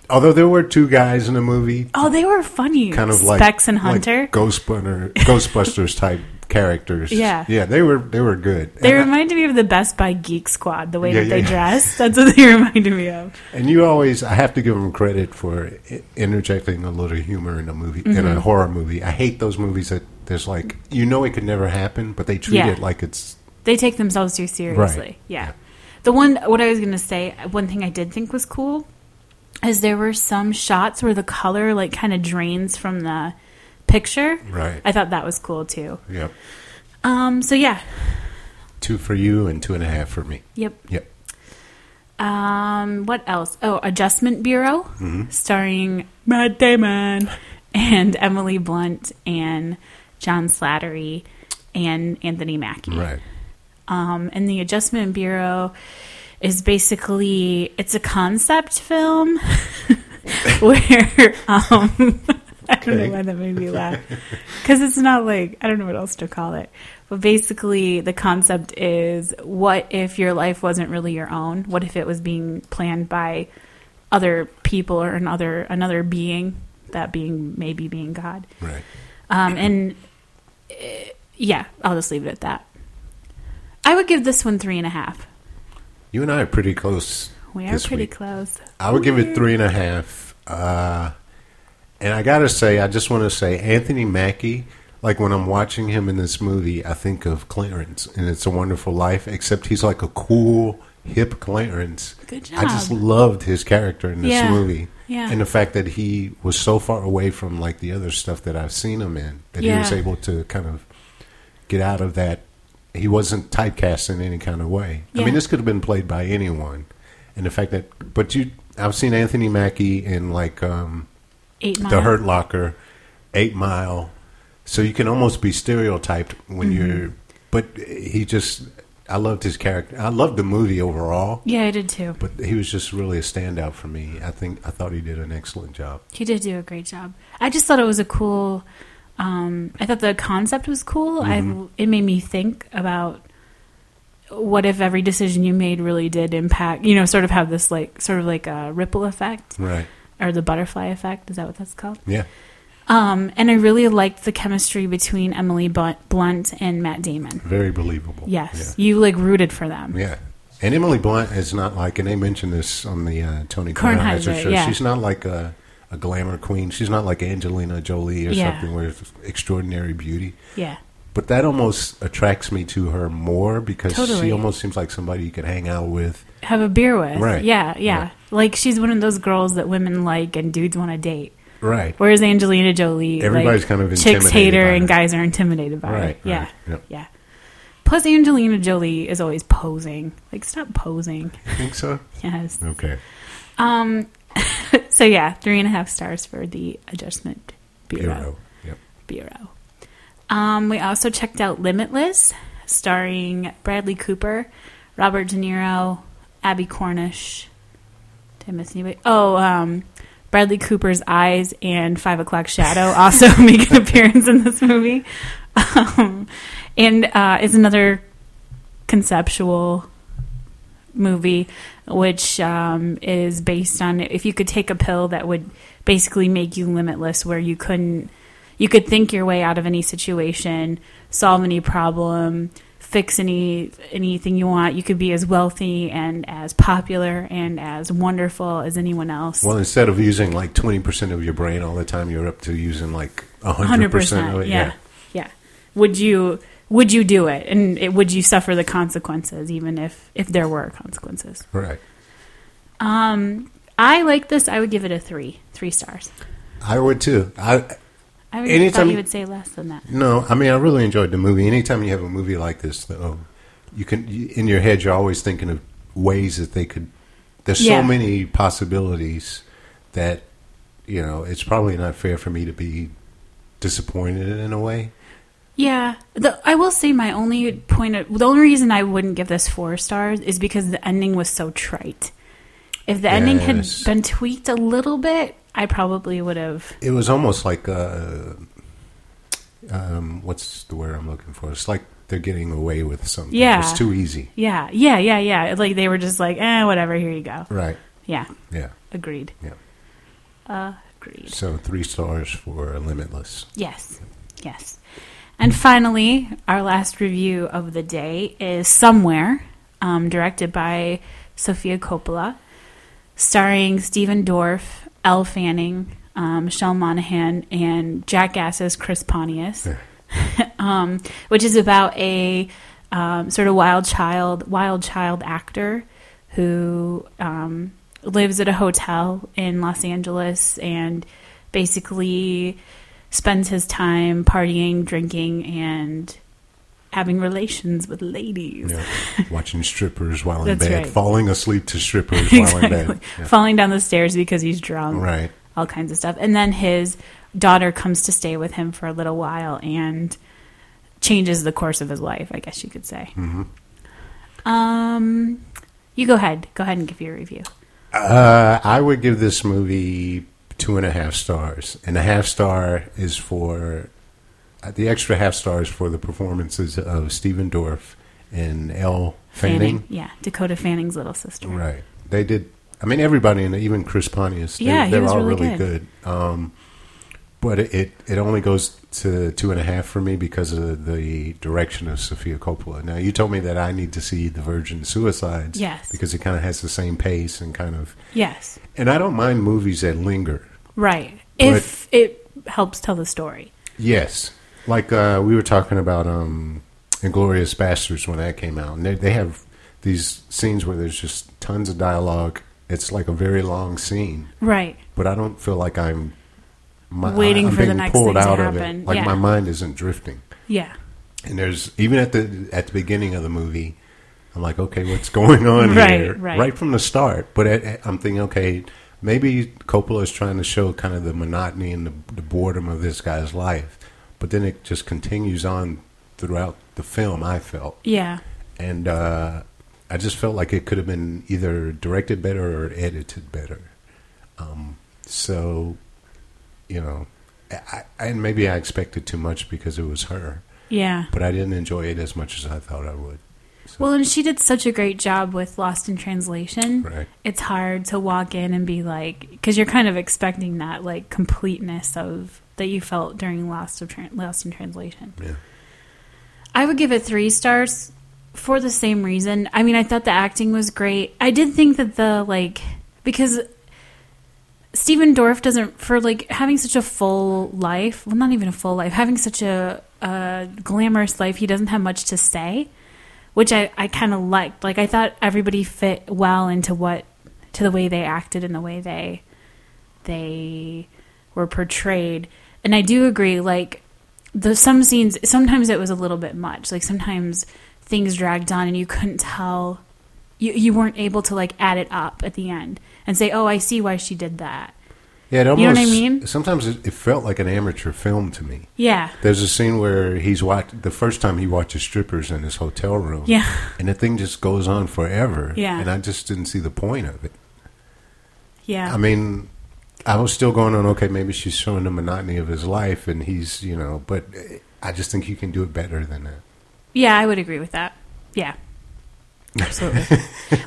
Speaker 3: Although there were two guys in the movie
Speaker 2: Oh, they were funny.
Speaker 3: kind of like
Speaker 2: Specs and
Speaker 3: like
Speaker 2: Hunter.
Speaker 3: Ghostbunner, Ghostbusters type characters.
Speaker 2: Yeah.
Speaker 3: yeah, they were they were good.
Speaker 2: they
Speaker 3: and, I-
Speaker 2: reminded me of the Best Buy Geek Squad. The way
Speaker 3: Yeah,
Speaker 2: that they
Speaker 3: yeah, yeah.
Speaker 2: dressed. That's what they reminded me of.
Speaker 3: and you always, I have to give them credit for i- interjecting a little humor in a movie in
Speaker 2: Mm-hmm.
Speaker 3: a horror movie. I hate those movies that there's like you know it could never happen, but they treat
Speaker 2: Yeah.
Speaker 3: it like it's
Speaker 2: They take themselves too seriously.
Speaker 3: Right.
Speaker 2: Yeah. The one what I was gonna say. One thing I did think was cool is there were some shots where the color like kind of drains from the picture.
Speaker 3: Right.
Speaker 2: I thought that was cool too.
Speaker 3: yep
Speaker 2: Um. So yeah.
Speaker 3: two for you and two and a half for me.
Speaker 2: Yep.
Speaker 3: Yep.
Speaker 2: Um, what else? Oh, Adjustment Bureau, starring Matt Damon and Emily Blunt and John Slattery and Anthony Mackie.
Speaker 3: Right.
Speaker 2: Um, and the Adjustment Bureau is basically it's a concept film where um, I don't know
Speaker 3: Okay.
Speaker 2: why that made me laugh because it's not like I don't know what else to call it. But basically, the concept is what if your life wasn't really your own? What if it was being planned by other people or another another being? That being maybe being God.
Speaker 3: Right.
Speaker 2: Um, and uh, yeah, I'll just leave it at that. I would give this one three and a half.
Speaker 3: You and I are pretty close.
Speaker 2: We are
Speaker 3: this
Speaker 2: pretty
Speaker 3: week.
Speaker 2: close. Oh,
Speaker 3: I would give it three and a half. Uh, and I gotta say, I just want to say, Anthony Mackie. Like when I'm watching him in this movie, I think of Clarence, and it's a Wonderful Life. Except he's like a cool, hip Clarence.
Speaker 2: Good
Speaker 3: I just
Speaker 2: job.
Speaker 3: loved his character in this
Speaker 2: Yeah.
Speaker 3: movie,
Speaker 2: Yeah.
Speaker 3: and the fact that he was so far away from like the other stuff that I've seen him in, that he
Speaker 2: Yeah.
Speaker 3: was able to kind of get out of that. He wasn't typecast in any kind of way. I
Speaker 2: Yeah.
Speaker 3: mean, this could have been played by anyone, and the fact that, but you, I've seen Anthony Mackie in like um,
Speaker 2: Eight miles.
Speaker 3: The Hurt Locker, Eight Mile, so you can almost be stereotyped when
Speaker 2: Mm-hmm.
Speaker 3: you're. But he just, I loved his character. I loved the movie overall.
Speaker 2: Yeah, I did too.
Speaker 3: But he was just really a standout for me. I think I thought he did an excellent job.
Speaker 2: He did do a great job. I just thought it was a cool.
Speaker 3: Mm-hmm.
Speaker 2: Um, I thought the concept was cool. I it made me think about what if every decision you made really did impact, you know, sort of have this like sort of like a ripple effect
Speaker 3: Right.
Speaker 2: or the butterfly effect? Is that what that's called?
Speaker 3: Yeah.
Speaker 2: Um, and I really liked the chemistry between Emily Bu- Blunt and Matt Damon.
Speaker 3: Very believable.
Speaker 2: Yes, you like rooted for them.
Speaker 3: Yeah. yeah. And Emily Blunt is not like, and they mentioned this on the uh, Tony Kornheiser,
Speaker 2: Kornheiser,
Speaker 3: show.
Speaker 2: yeah.
Speaker 3: She's not like a, a glamour queen. She's not like Angelina Jolie or
Speaker 2: Yeah.
Speaker 3: something with extraordinary beauty.
Speaker 2: Yeah,
Speaker 3: But that almost attracts me to her more because
Speaker 2: Totally.
Speaker 3: she almost seems like somebody you could hang out with.
Speaker 2: have a beer with.
Speaker 3: Right.
Speaker 2: Yeah, yeah.
Speaker 3: Right.
Speaker 2: Like she's one of those girls that women like and dudes want to date.
Speaker 3: Right.
Speaker 2: Whereas Angelina Jolie,
Speaker 3: Everybody's
Speaker 2: like,
Speaker 3: kind of
Speaker 2: chicks hate
Speaker 3: intimidated
Speaker 2: her
Speaker 3: by her.
Speaker 2: and guys are intimidated by
Speaker 3: Right,
Speaker 2: her. Yeah,
Speaker 3: right, yep.
Speaker 2: yeah. Plus, Angelina Jolie is always posing. Like, stop posing.
Speaker 3: You think so?
Speaker 2: Yes.
Speaker 3: Okay.
Speaker 2: Um. so yeah, three and a half stars for the Adjustment
Speaker 3: Hero. Yep.
Speaker 2: Bureau. Um, we also checked out Limitless, starring Bradley Cooper, Robert De Niro, Abby Cornish. Did I miss anybody? Oh, um, Bradley Cooper's eyes and Five O'Clock Shadow also make an appearance in this movie. Um, and uh, it's another conceptual movie, which um, is based on if you could take a pill that would basically make you limitless, where you couldn't, you could think your way out of any situation, solve any problem, fix any anything you want. You could be as wealthy and as popular and as wonderful as anyone else.
Speaker 3: Well, instead of using like 20% of your brain all the time, you're up to using like 100%, of it.
Speaker 2: yeah, yeah. Would you? Would you do it? And it, would you suffer the consequences, even if if there were consequences?
Speaker 3: Right.
Speaker 2: Um, I like this. I would give it a three, three stars.
Speaker 3: I would too. I
Speaker 2: I would thought
Speaker 3: Anytime-
Speaker 2: you would say less than that.
Speaker 3: no, I mean I really enjoyed the movie. Anytime you have a movie like this, though, you can you- in your head you're always thinking of ways that they could. There's
Speaker 2: Yeah.
Speaker 3: so many possibilities that you know it's probably not fair for me to be disappointed in a way.
Speaker 2: Yeah, the, I will say my only point. Of, the only reason I wouldn't give this four stars is because the ending was so trite. If the ending had
Speaker 3: Yes.
Speaker 2: been tweaked a little bit, I probably would have.
Speaker 3: It was almost like uh, um, what's the word I'm looking for? It's like they're getting away with something.
Speaker 2: Yeah.
Speaker 3: it's too easy.
Speaker 2: Yeah, yeah, yeah, yeah. Like they were just like, eh, whatever. Here you go.
Speaker 3: Right.
Speaker 2: Yeah,
Speaker 3: Yeah.
Speaker 2: agreed.
Speaker 3: Yeah.
Speaker 2: Agreed.
Speaker 3: So three stars for Limitless.
Speaker 2: Yes. Yes. And finally, our last review of the day is Somewhere, um, directed by Sofia Coppola, starring Stephen Dorff, Elle Fanning, um, Michelle Monaghan, and Jackass's Chris Pontius, um, which is about a um, sort of wild child, wild child actor who um, lives at a hotel in Los Angeles and basically spends his time partying, drinking, and having relations with ladies.
Speaker 3: Yeah. Watching strippers while in
Speaker 2: That's
Speaker 3: bed,
Speaker 2: right.
Speaker 3: falling asleep to strippers while in
Speaker 2: exactly.
Speaker 3: bed. Yeah.
Speaker 2: Falling down the stairs because he's drunk.
Speaker 3: Right.
Speaker 2: All kinds of stuff. And then his daughter comes to stay with him for a little while and changes the course of his life, I guess you could say.
Speaker 3: Mm-hmm.
Speaker 2: Um, you go ahead. Go ahead and give your review.
Speaker 3: Uh, I would give this movie two and a half stars, and a half star is for uh, the extra half stars for the performances of Stephen Dorff and Elle Fanning.
Speaker 2: Yeah. Dakota Fanning's little sister.
Speaker 3: Right. They did. I mean, everybody, and even Chris Pontius. They,
Speaker 2: Yeah, he
Speaker 3: they're
Speaker 2: was
Speaker 3: all
Speaker 2: really
Speaker 3: really
Speaker 2: good.
Speaker 3: good. Um, but it, it it only goes to two and a half for me because of the direction of Sophia Coppola. Now, you told me that I need to see The Virgin Suicides.
Speaker 2: Yes.
Speaker 3: Because it kind of has the same pace and kind of.
Speaker 2: Yes.
Speaker 3: And I don't mind movies that linger.
Speaker 2: Right. If it helps tell the story.
Speaker 3: Yes. Like uh, we were talking about um, Inglorious Bastards when that came out. And they, they have these scenes where there's just tons of dialogue. It's like a very long scene.
Speaker 2: Right.
Speaker 3: but I don't feel like I'm my,
Speaker 2: Waiting
Speaker 3: I'm
Speaker 2: for the
Speaker 3: being
Speaker 2: next thing
Speaker 3: pulled
Speaker 2: to
Speaker 3: out of
Speaker 2: happen.
Speaker 3: it. Like
Speaker 2: Yeah.
Speaker 3: my mind isn't drifting.
Speaker 2: Yeah.
Speaker 3: And there's even at the at the beginning of the movie, I'm like, okay, what's going on
Speaker 2: Right,
Speaker 3: here?
Speaker 2: right.
Speaker 3: from the start. But at, at- I'm thinking, okay, maybe Coppola is trying to show kind of the monotony and the, the boredom of this guy's life. But then it just continues on throughout the film. I felt
Speaker 2: Yeah.
Speaker 3: and uh, I just felt like it could have been either directed better or edited better. Um, so, you know, I, I, and maybe I expected too much because it was her,
Speaker 2: Yeah.
Speaker 3: but I didn't enjoy it as much as I thought I would.
Speaker 2: Well, and she did such a great job with Lost in Translation.
Speaker 3: Right.
Speaker 2: It's hard to walk in and be like, because you're kind of expecting that like completeness of that you felt during Lost of Tran Lost in Translation.
Speaker 3: Yeah.
Speaker 2: I would give it three stars for the same reason. I mean, I thought the acting was great. I did think that the like because Stephen Dorff doesn't for like having such a full life. Well, not even a full life. Having such a, a glamorous life, he doesn't have much to say, which I I kind of liked. Like I thought everybody fit well into what to the way they acted and the way they they were portrayed. And I do agree, like the some scenes sometimes it was a little bit much. Like sometimes things dragged on and you couldn't tell you you weren't able to like add it up at the end and say, Oh, I see why she did that.
Speaker 3: Yeah, it almost,
Speaker 2: know what I mean?
Speaker 3: Sometimes it, it felt like an amateur film to me.
Speaker 2: Yeah.
Speaker 3: There's a scene where he's watch the first time he watches strippers in his hotel room.
Speaker 2: Yeah.
Speaker 3: and the thing just goes on forever.
Speaker 2: Yeah.
Speaker 3: and I just didn't see the point of it.
Speaker 2: Yeah.
Speaker 3: I mean, I was still going on. Okay, maybe she's showing the monotony of his life, and he's you know, but I just think you can do it better than that.
Speaker 2: Yeah, I would agree with that. Yeah, absolutely.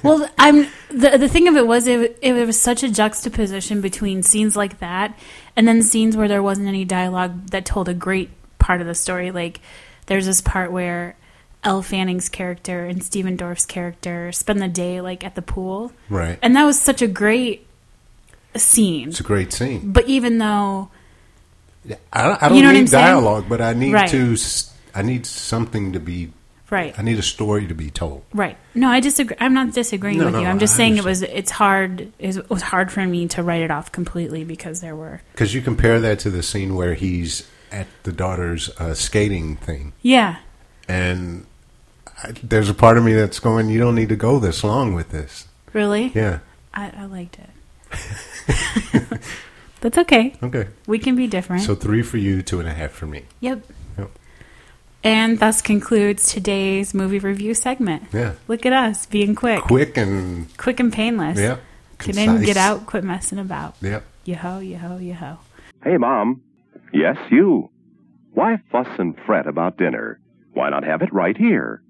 Speaker 2: well, th- I'm the the thing of it was it, it was such a juxtaposition between scenes like that and then scenes where there wasn't any dialogue that told a great part of the story. Like there's this part where Elle Fanning's character and Steven Dorff's character spend the day like at the pool,
Speaker 3: Right.
Speaker 2: and that was such a great scene.
Speaker 3: It's a great scene.
Speaker 2: But even though
Speaker 3: I, I don't
Speaker 2: You know what I'm
Speaker 3: need
Speaker 2: saying?
Speaker 3: dialogue, but I need
Speaker 2: Right.
Speaker 3: to. s- I need something to be.
Speaker 2: right,
Speaker 3: I need a story to be told.
Speaker 2: Right. No, I disagree. I'm not disagreeing
Speaker 3: No,
Speaker 2: with
Speaker 3: no,
Speaker 2: you. I'm just
Speaker 3: I
Speaker 2: saying it was. It's hard. It was hard for me to write it off completely because there were.
Speaker 3: Because you compare that to the scene where he's at the daughter's uh, skating thing,
Speaker 2: Yeah.
Speaker 3: and I, there's a part of me that's going, "You don't need to go this long with this."
Speaker 2: Really.
Speaker 3: Yeah.
Speaker 2: I, I liked it. That's okay.
Speaker 3: Okay.
Speaker 2: We can be different.
Speaker 3: So three for you, two and a half for me.
Speaker 2: yep.
Speaker 3: Yep.
Speaker 2: And thus concludes today's movie review segment.
Speaker 3: Yeah.
Speaker 2: Look at us being quick, quick,
Speaker 3: Quick and
Speaker 2: and painless.
Speaker 3: yeah.
Speaker 2: Get in,
Speaker 3: concise.
Speaker 2: get out, quit messing about.
Speaker 3: Yeah.
Speaker 2: Yo ho, yo ho, yo ho.
Speaker 5: Hey, Mom. Yes, you. Why fuss and fret about dinner? Why not have it right here?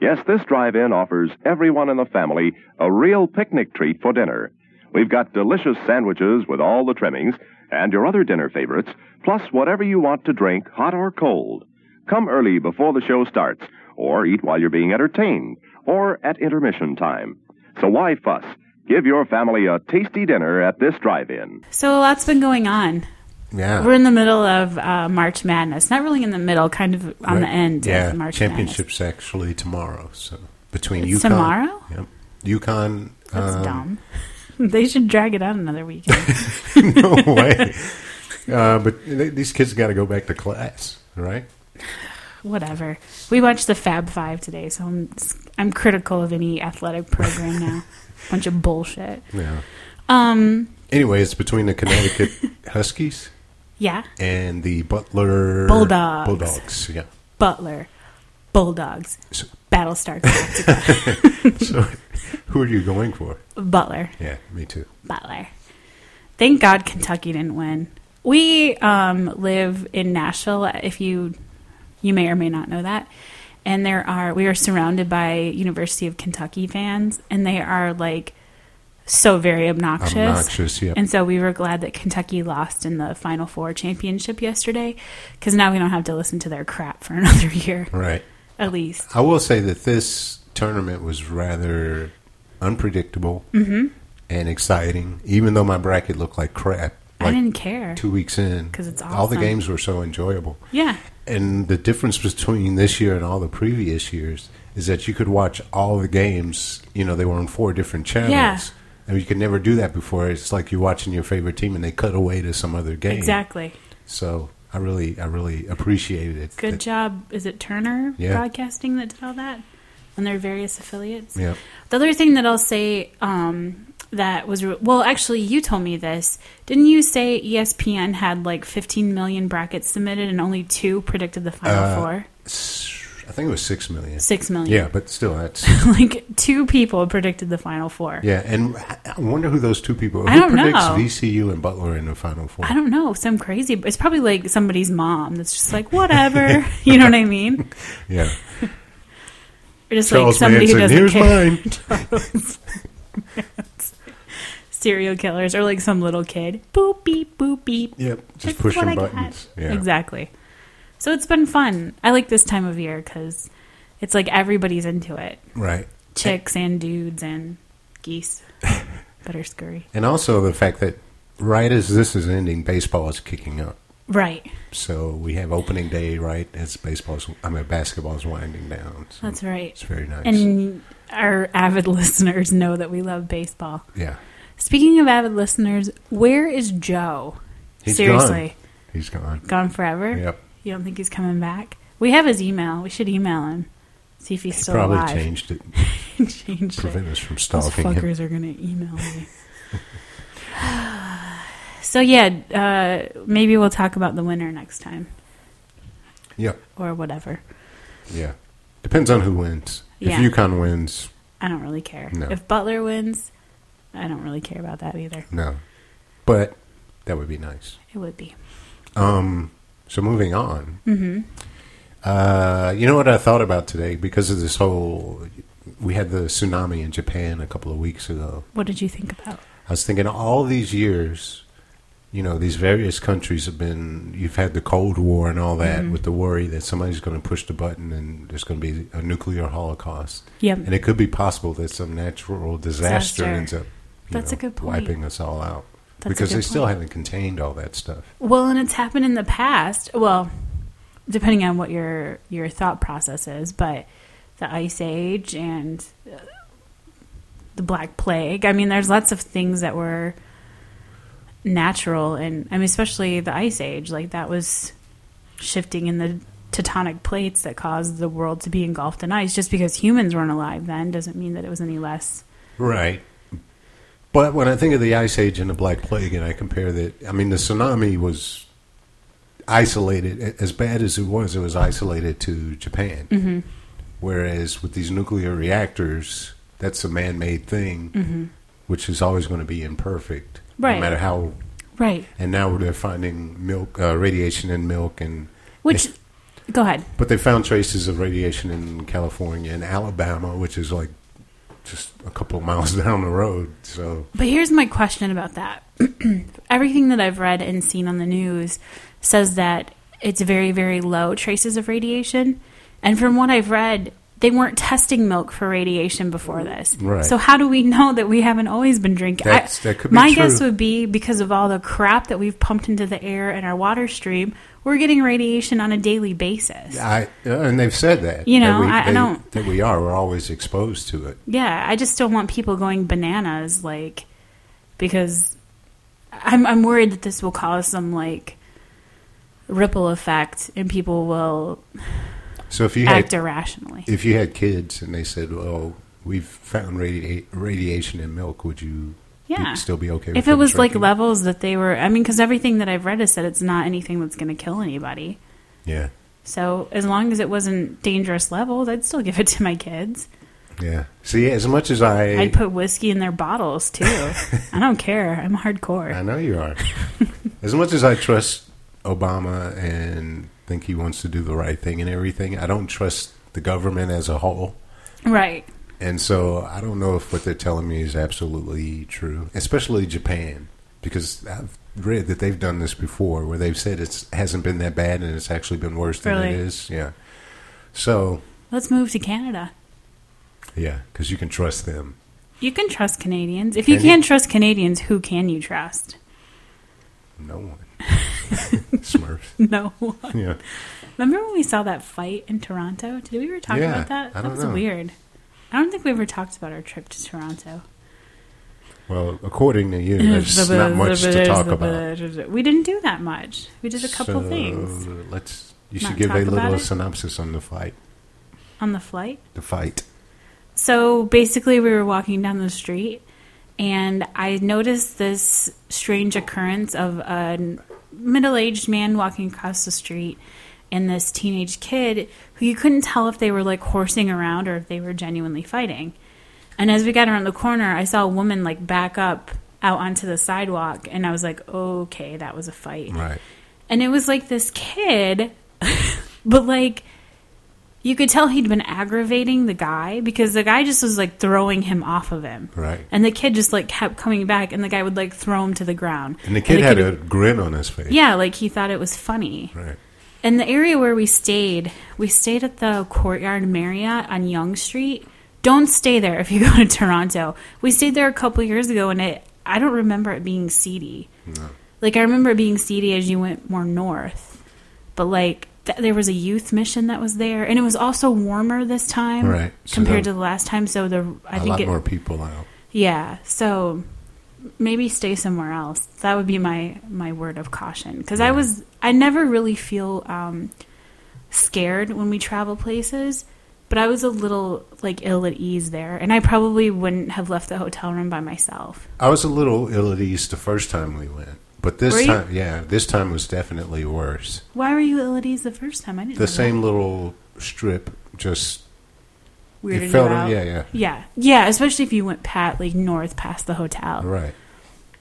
Speaker 5: Yes, this drive in offers everyone in the family a real picnic treat for dinner. We've got delicious sandwiches with all the trimmings and your other dinner favorites, plus whatever you want to drink, hot or cold. Come early before the show starts, or eat while you're being entertained, or at intermission time. So why fuss? Give your family a tasty dinner at this drive in.
Speaker 2: So a lot's been going on.
Speaker 3: Yeah.
Speaker 2: We're in the middle of uh, March Madness. Not really in the middle, kind of on the
Speaker 3: Right.
Speaker 2: end
Speaker 3: Yeah.
Speaker 2: of March Madness.
Speaker 3: Championships actually tomorrow. So between
Speaker 2: It's
Speaker 3: UConn.
Speaker 2: tomorrow?
Speaker 3: Yep. UConn.
Speaker 2: That's
Speaker 3: um,
Speaker 2: dumb. they should drag it out another weekend.
Speaker 3: no way. Uh, but th- these kids got to go back to class, right?
Speaker 2: Whatever. We watched the Fab Five today, so I'm I'm critical of any athletic program now. Bunch of bullshit.
Speaker 3: Yeah.
Speaker 2: Um.
Speaker 3: Anyway, it's between the Connecticut Huskies
Speaker 2: Yeah.
Speaker 3: and the Butler
Speaker 2: Bulldogs.
Speaker 3: Bulldogs. Yeah.
Speaker 2: Butler. Bulldogs.
Speaker 3: So-
Speaker 2: Battlestar Galactica.
Speaker 3: So, who are you going for?
Speaker 2: Butler.
Speaker 3: Yeah, me too.
Speaker 2: Butler. Thank God Kentucky didn't win. We um, live in Nashville. If you you may or may not know that, and there are we are surrounded by University of Kentucky fans, and they are like so very obnoxious.
Speaker 3: Obnoxious, yep.
Speaker 2: And so we were glad that Kentucky lost in the Final Four championship yesterday, because now we don't have to listen to their crap for another year,
Speaker 3: Right.
Speaker 2: at least.
Speaker 3: I will say that this tournament was rather unpredictable
Speaker 2: Mm-hmm.
Speaker 3: and exciting, even though my bracket looked like crap.
Speaker 2: I
Speaker 3: like
Speaker 2: didn't care.
Speaker 3: Two weeks in,
Speaker 2: 'Cause it's
Speaker 3: all the
Speaker 2: awesome.
Speaker 3: games were so enjoyable.
Speaker 2: Yeah.
Speaker 3: And the difference between this year and all the previous years is that you could watch all the games. You know, they were on four different channels.
Speaker 2: Yeah.
Speaker 3: And you could never do that before. It's like you're watching your favorite team and they cut away to some other game.
Speaker 2: Exactly.
Speaker 3: So I really, I really appreciated it.
Speaker 2: Good
Speaker 3: That-
Speaker 2: job. Is it Turner
Speaker 3: Yeah.
Speaker 2: Broadcasting that did all that? And their various affiliates?
Speaker 3: Yeah.
Speaker 2: The other thing that I'll say um, that was, re- well, actually, you told me this. Didn't you say E ESPN had like 15 million brackets submitted and only two predicted the final four?
Speaker 3: I think it was six million.
Speaker 2: Six million.
Speaker 3: Uh, Yeah, but still, that's
Speaker 2: like two people predicted the final four.
Speaker 3: yeah. And I I wonder who those two people. Who
Speaker 2: I don't
Speaker 3: predicts
Speaker 2: know.
Speaker 3: VCU and Butler in the Final Four?
Speaker 2: I don't know, some crazy. It's probably like somebody's mom that's just like, whatever. you know what I mean?
Speaker 3: yeah.
Speaker 2: Or just like
Speaker 3: Charles
Speaker 2: somebody
Speaker 3: Manson,
Speaker 2: who
Speaker 3: here's
Speaker 2: doesn't care.
Speaker 3: mine.
Speaker 2: Charles Manson. Serial killers or like some little kid. Boop beep boop beep.
Speaker 3: Yep, just
Speaker 2: That's
Speaker 3: pushing
Speaker 2: what I got.
Speaker 3: buttons. Yeah.
Speaker 2: Exactly. So it's been fun. I like this time of year because it's like everybody's into it.
Speaker 3: Right.
Speaker 2: Chicks and dudes and geese. Better scurry.
Speaker 3: And also the fact that right as this is ending, baseball is kicking up.
Speaker 2: Right.
Speaker 3: So we have opening day right as baseball's, I mean, basketball's winding down. So
Speaker 2: That's right.
Speaker 3: it's very nice.
Speaker 2: And our avid listeners know that we love baseball.
Speaker 3: yeah.
Speaker 2: Speaking of avid listeners, where is Joe?
Speaker 3: He's
Speaker 2: Seriously,
Speaker 3: gone. He's gone.
Speaker 2: gone. forever.
Speaker 3: Yep.
Speaker 2: You don't think he's coming back? We have his email. We should email him. See if he's still
Speaker 3: Probably
Speaker 2: alive.
Speaker 3: changed it
Speaker 2: Changed
Speaker 3: to
Speaker 2: it.
Speaker 3: prevent us from
Speaker 2: Those
Speaker 3: stalking him.
Speaker 2: fuckers are gonna email me. so yeah, uh, maybe we'll talk about the winner next time
Speaker 3: Yep.
Speaker 2: or whatever.
Speaker 3: Yeah. Depends on who wins.
Speaker 2: Yeah.
Speaker 3: If UConn wins,
Speaker 2: I don't really care
Speaker 3: No.
Speaker 2: if Butler wins. I don't really care about that either.
Speaker 3: no. But that would be nice.
Speaker 2: It would be
Speaker 3: Um, so moving on. Mm-hmm. Uh, you know what I thought about today because of this whole. We had the tsunami in Japan a couple of weeks ago.
Speaker 2: What did you think about?
Speaker 3: I was thinking all these years, you know, these various countries have been. You've had the Cold War and all that with the worry that somebody's going to push the button and there's going to be a nuclear holocaust.
Speaker 2: Yep.
Speaker 3: And it could be possible that some natural disaster,
Speaker 2: Disaster.
Speaker 3: ends up. you
Speaker 2: That's a good point.
Speaker 3: Wiping us all out.
Speaker 2: That's a
Speaker 3: because
Speaker 2: good
Speaker 3: they still
Speaker 2: point.
Speaker 3: haven't contained all that stuff.
Speaker 2: Well, and it's happened in the past. Well, depending on what your your thought process is, but the ice age and uh, the black plague. I mean, there's lots of things that were natural and I mean especially the ice age, like that was shifting in the tectonic plates that caused the world to be engulfed in ice just because humans weren't alive then doesn't mean that it was any less
Speaker 3: Right. But when I think of the Ice Age and the Black Plague, and I compare that, I mean, the tsunami was isolated, a- as bad as it was, it was isolated to Japan. Mm-hmm. Whereas with these nuclear reactors, that's a man made thing, which is always going to be imperfect.
Speaker 2: Mm-hmm. Right.
Speaker 3: No matter how.
Speaker 2: right
Speaker 3: And now they're finding milk, uh, radiation in milk, and.
Speaker 2: which go ahead
Speaker 3: But they found traces of radiation in California and Alabama, which is like just a couple of miles down the road. So
Speaker 2: But here's my question about that. Everything that I've read and seen on the news says that it's very, very low traces of radiation. And from what I've read, they weren't testing milk for radiation before this.
Speaker 3: Right.
Speaker 2: So how do we know that we haven't always been drinking?
Speaker 3: That's- that could be
Speaker 2: my
Speaker 3: true.
Speaker 2: guess would be because of all the crap that we've pumped into the air and our water stream, we're getting radiation on a daily basis.
Speaker 3: I uh, and they've said that
Speaker 2: You
Speaker 3: that
Speaker 2: know,
Speaker 3: we,
Speaker 2: I- I
Speaker 3: they-
Speaker 2: don't-
Speaker 3: that we are we're always exposed to it.
Speaker 2: Yeah, I just don't want people going bananas, like because I'm I'm worried that this will cause some like ripple effect and people will
Speaker 3: So if you
Speaker 2: act
Speaker 3: had
Speaker 2: irrationally.
Speaker 3: if you had kids and they said, "Well, we've found radi- radiation in milk," would you be-
Speaker 2: Yeah.
Speaker 3: still be okay? with
Speaker 2: If it
Speaker 3: them
Speaker 2: was like
Speaker 3: drinking?
Speaker 2: levels that they were, I mean, because everything that I've read has said it's not anything that's going to kill anybody.
Speaker 3: yeah,
Speaker 2: So as long as it wasn't dangerous levels, I'd still give it to my kids.
Speaker 3: yeah. See, as much as I,
Speaker 2: I'd put whiskey in their bottles too. I don't care. I'm hardcore.
Speaker 3: I know you are. as much as I trust Obama and think he wants to do the right thing and everything, I don't trust the government as a whole.
Speaker 2: Right.
Speaker 3: And so I don't know if what they're telling me is absolutely true, especially Japan, because I've read that they've done this before where they've said it hasn't been that bad and it's actually been worse than
Speaker 2: Really?
Speaker 3: it is. Yeah. So,
Speaker 2: Let's move to Canada.
Speaker 3: yeah, because you can trust them.
Speaker 2: You can trust Canadians. If you
Speaker 3: Can you?
Speaker 2: can't trust Canadians, who can you trust?
Speaker 3: No one. Smurfs.
Speaker 2: No one.
Speaker 3: Yeah.
Speaker 2: Remember when we saw that fight in Toronto? Did we ever talk
Speaker 3: Yeah,
Speaker 2: about that?
Speaker 3: I
Speaker 2: that
Speaker 3: don't
Speaker 2: was
Speaker 3: know.
Speaker 2: weird. I don't think we ever talked about our trip to Toronto.
Speaker 3: Well, according to you, there's not much to talk about.
Speaker 2: We didn't do that much. We did a couple
Speaker 3: So,
Speaker 2: things
Speaker 3: Let's. You
Speaker 2: Not
Speaker 3: should give
Speaker 2: talk
Speaker 3: a
Speaker 2: about
Speaker 3: little
Speaker 2: it?
Speaker 3: synopsis on the fight.
Speaker 2: on the flight.
Speaker 3: The fight.
Speaker 2: So basically, we were walking down the street, and I noticed this strange occurrence of a middle aged man walking across the street and this teenage kid who you couldn't tell if they were like horsing around or if they were genuinely fighting. And as we got around the corner, I saw a woman like back up out onto the sidewalk, and I was like, okay, that was a fight
Speaker 3: Right.
Speaker 2: and it was like this kid but like you could tell he'd been aggravating the guy because the guy just was like throwing him off of him.
Speaker 3: Right.
Speaker 2: And the kid just like kept coming back and the guy would like throw him to the ground.
Speaker 3: And the kid had a grin on his face.
Speaker 2: Yeah, like he thought it was funny.
Speaker 3: Right.
Speaker 2: And the area where we stayed, we stayed at the Courtyard Marriott on Young Street. Don't stay there if you go to Toronto. We stayed there a couple years ago, and it I don't remember it being seedy. Like I remember it being seedy as you went more north, but like th- there was a youth mission that was there, and it was also warmer this time
Speaker 3: Right. So
Speaker 2: compared
Speaker 3: the-
Speaker 2: to the last time. So the I
Speaker 3: a
Speaker 2: think
Speaker 3: lot
Speaker 2: it,
Speaker 3: more people out.
Speaker 2: yeah, so maybe stay somewhere else. That would be my my word of caution because I was I never really feel um, scared when we travel places, but I was a little like ill at ease there, and I probably wouldn't have left the hotel room by myself.
Speaker 3: I was a little ill at ease the first time we went, but this
Speaker 2: Were you?
Speaker 3: time, yeah, this time was definitely worse.
Speaker 2: Why were you ill at ease the first time? I didn't. know
Speaker 3: The
Speaker 2: that.
Speaker 3: same little strip, just
Speaker 2: weirded
Speaker 3: it felt-
Speaker 2: you out.
Speaker 3: yeah, yeah.
Speaker 2: yeah, yeah. Especially if you went pat like north past the hotel.
Speaker 3: right.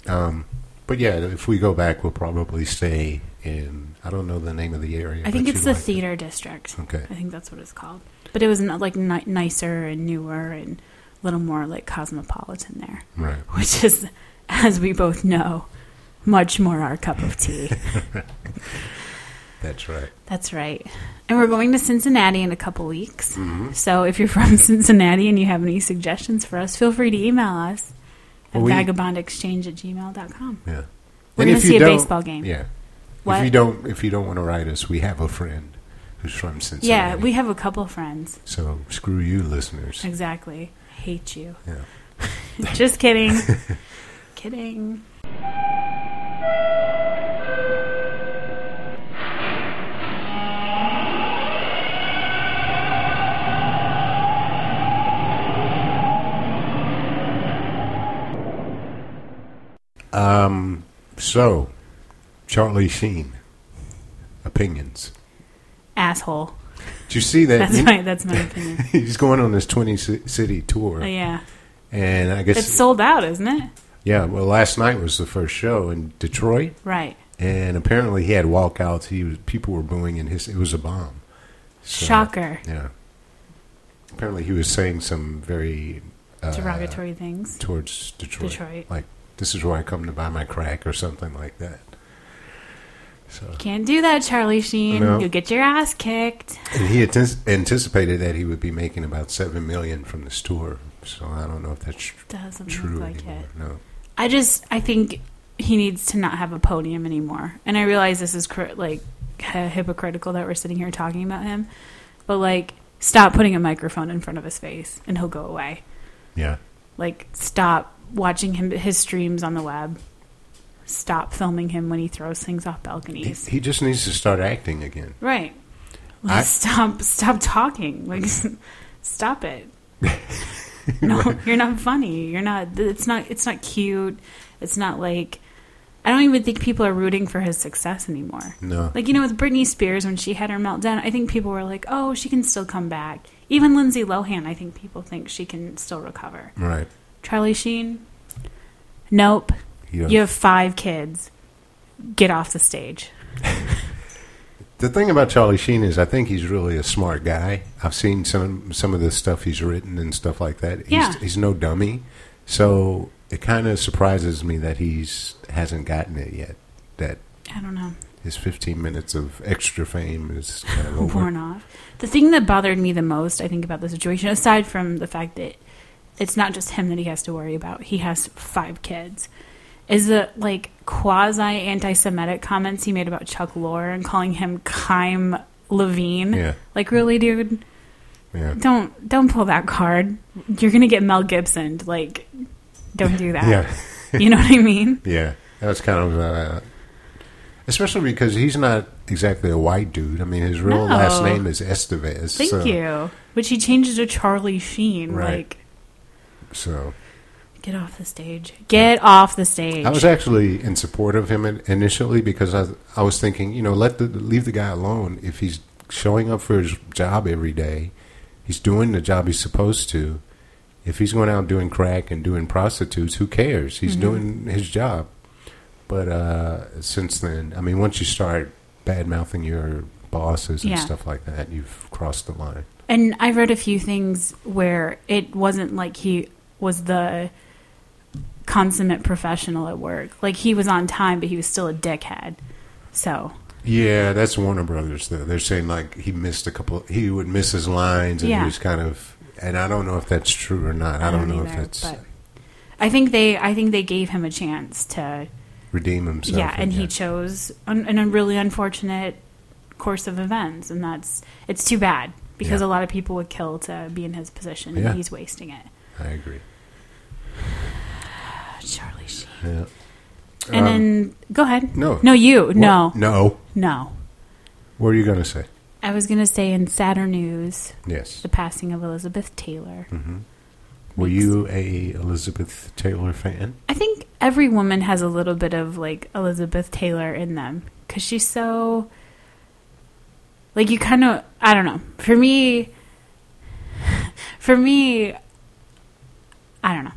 Speaker 3: Um, but yeah, if we go back, we'll probably stay in. I don't know the name of the area.
Speaker 2: I think
Speaker 3: but
Speaker 2: it's
Speaker 3: you
Speaker 2: the
Speaker 3: liked it.
Speaker 2: theater district.
Speaker 3: Okay.
Speaker 2: I think that's what it's called. But it was not like ni- nicer and newer and a little more like cosmopolitan there,
Speaker 3: Right.
Speaker 2: which is, as we both know, much more our cup of tea.
Speaker 3: That's right.
Speaker 2: that's right. And we're going to Cincinnati in a couple weeks.
Speaker 3: Mm-hmm.
Speaker 2: So if you're from Cincinnati and you have any suggestions for us, feel free to email us at
Speaker 3: Well, we-
Speaker 2: vagabondexchange at gmail.com. We're
Speaker 3: Yeah. And
Speaker 2: gonna
Speaker 3: if you
Speaker 2: see a
Speaker 3: don't-
Speaker 2: baseball game.
Speaker 3: Yeah.
Speaker 2: What?
Speaker 3: If you don't, if you don't want to write us, we have a friend who's from Cincinnati.
Speaker 2: Yeah, we have a couple friends.
Speaker 3: So screw you, listeners.
Speaker 2: Exactly. Hate you.
Speaker 3: Yeah.
Speaker 2: Just kidding. kidding.
Speaker 3: Um. So, Charlie Sheen opinions.
Speaker 2: Asshole.
Speaker 3: Did you see that?
Speaker 2: That's
Speaker 3: You-
Speaker 2: my that's my opinion.
Speaker 3: He's going on this twenty ci- city tour,
Speaker 2: But yeah.
Speaker 3: and I guess
Speaker 2: It's sold out, isn't it?
Speaker 3: yeah. Well, last night was the first show in Detroit,
Speaker 2: Right.
Speaker 3: and apparently he had walkouts. He was people were booing, and his it was a bomb. So,
Speaker 2: Shocker.
Speaker 3: Yeah. Apparently, he was saying some very uh,
Speaker 2: Derogatory things.
Speaker 3: towards Detroit.
Speaker 2: Detroit.
Speaker 3: Like this is where I come to buy my crack or something like that. So
Speaker 2: Can't do that, Charlie Sheen.
Speaker 3: No.
Speaker 2: You'll get your ass kicked.
Speaker 3: and he antis- anticipated that he would be making about seven million from this tour. So I don't know if that's tr-
Speaker 2: Doesn't
Speaker 3: true
Speaker 2: look like
Speaker 3: anymore.
Speaker 2: it.
Speaker 3: No.
Speaker 2: I just I think he needs to not have a podium anymore. And I realize this is cr- like hy- hypocritical that we're sitting here talking about him, but like stop putting a microphone in front of his face and he'll go away.
Speaker 3: Yeah.
Speaker 2: Like, stop watching him his streams on the web. Stop filming him when he throws things off
Speaker 3: He,
Speaker 2: balconies.
Speaker 3: he just needs to start acting again.
Speaker 2: right. Like,
Speaker 3: I-
Speaker 2: stop. Stop talking. Like, stop it. no, you're not funny. You're not. It's not. It's not cute. It's not like. I don't even think people are rooting for his success anymore.
Speaker 3: No.
Speaker 2: Like you know, with Britney Spears when she had her meltdown, I think people were like, "Oh, she can still come back." Even Lindsay Lohan, I think people think she can still recover.
Speaker 3: Right.
Speaker 2: Charlie Sheen. Nope.
Speaker 3: He uh, don't-
Speaker 2: You have five kids. Get off the stage.
Speaker 3: The thing about Charlie Sheen is, I think he's really a smart guy. I've seen some some of the stuff he's written and stuff like that. He's,
Speaker 2: Yeah.
Speaker 3: he's no dummy, so it kind of surprises me that he's hasn't gotten it yet. That
Speaker 2: I don't know.
Speaker 3: his 15 minutes of extra fame is kind of over.
Speaker 2: Worn off. The thing that bothered me the most, I think, about the situation, aside from the fact that it's not just him that he has to worry about, he has five kids, is the like quasi anti Semitic comments he made about Chuck Lorre and calling him Chaim Levine.
Speaker 3: Yeah.
Speaker 2: Like, really, dude?
Speaker 3: Yeah.
Speaker 2: Don't don't pull that card. You're gonna get Mel Gibson. Like, don't do that.
Speaker 3: Yeah.
Speaker 2: You know what I mean?
Speaker 3: Yeah, that's kind of, uh, especially because he's not exactly a white dude. I mean, his real
Speaker 2: No.
Speaker 3: last name is Estevez.
Speaker 2: Thank
Speaker 3: so,
Speaker 2: you. Which he changed to Charlie Sheen.
Speaker 3: Right.
Speaker 2: Like,
Speaker 3: So
Speaker 2: get off the stage. Get off the stage.
Speaker 3: I was actually in support of him in- initially because I I was thinking, you know, let the leave the guy alone if he's showing up for his job every day, he's doing the job he's supposed to. If he's going out doing crack and doing prostitutes, who cares? He's doing his job. But uh, since then, I mean, once you start bad mouthing your bosses and
Speaker 2: Yeah.
Speaker 3: stuff like that, you've crossed the line.
Speaker 2: And I read a few things where it wasn't like he was the consummate professional at work. Like he was on time, but he was still a dickhead. So
Speaker 3: Yeah, that's Warner Brothers though. They're saying like he missed a couple. He would miss his lines, and
Speaker 2: Yeah.
Speaker 3: he was kind of. And I don't know if that's true or not. I, don't, know if
Speaker 2: either,
Speaker 3: that's
Speaker 2: but I think they. I think they gave him a chance to.
Speaker 3: redeem himself.
Speaker 2: yeah, and he
Speaker 3: yeah.
Speaker 2: chose an, an really unfortunate course of events, and that's it's too bad because
Speaker 3: Yeah.
Speaker 2: a lot of people would kill to be in his position,
Speaker 3: Yeah.
Speaker 2: and he's wasting it.
Speaker 3: I agree.
Speaker 2: Uh, Charlie Sheen.
Speaker 3: Yeah.
Speaker 2: And then go ahead.
Speaker 3: Um, No.
Speaker 2: no, you no
Speaker 3: What- No.
Speaker 2: no.
Speaker 3: What are you gonna say?
Speaker 2: I was gonna say in sadder news,
Speaker 3: Yes.
Speaker 2: the passing of Elizabeth Taylor.
Speaker 3: Were you a Elizabeth Taylor fan?
Speaker 2: I think every woman has a little bit of like Elizabeth Taylor in them because she's so like you kind of I don't know for me for me I don't know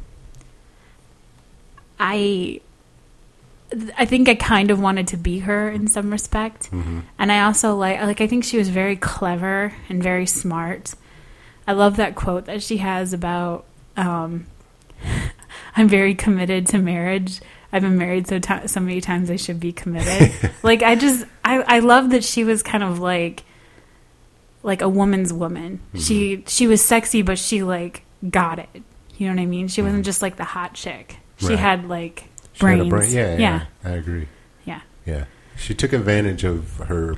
Speaker 2: I I think I kind of wanted to be her in some respect
Speaker 3: Mm-hmm.
Speaker 2: and I also like like I think she was very clever and very smart I love that quote that she has about um I'm very committed to marriage. I've been married so ti so many times. I should be committed. like I just I I love that she was kind of like like a woman's woman.
Speaker 3: Mm-hmm.
Speaker 2: She she was sexy, but she like got it. You know what I mean? She wasn't just like the hot chick. She
Speaker 3: Mm-hmm. Right.
Speaker 2: had like
Speaker 3: She had
Speaker 2: brains.
Speaker 3: a brain- Yeah,
Speaker 2: yeah,
Speaker 3: yeah. I agree.
Speaker 2: yeah.
Speaker 3: Yeah. She took advantage of her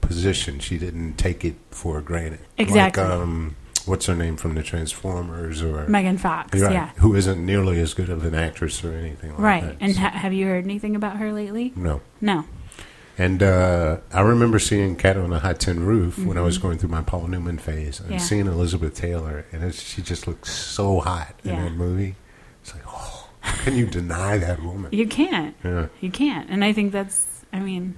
Speaker 3: position. She didn't take it for granted.
Speaker 2: Exactly.
Speaker 3: Like, um, what's her name from the Transformers or
Speaker 2: Megan Fox.
Speaker 3: You're right,
Speaker 2: Yeah,
Speaker 3: Who isn't nearly as good of an actress or anything like
Speaker 2: right.
Speaker 3: that.
Speaker 2: And
Speaker 3: So,
Speaker 2: ha- have you heard anything about her lately?
Speaker 3: no.
Speaker 2: No.
Speaker 3: And uh, I remember seeing Cat on a Hot Tin Roof when I was going through my Paul Newman phase and
Speaker 2: Mm-hmm. Yeah.
Speaker 3: seeing Elizabeth Taylor, and it's, she just looked so hot in
Speaker 2: Yeah.
Speaker 3: that movie. It's like, oh, how can you deny that woman?
Speaker 2: You can't.
Speaker 3: Yeah.
Speaker 2: You can't. And I think that's. I mean,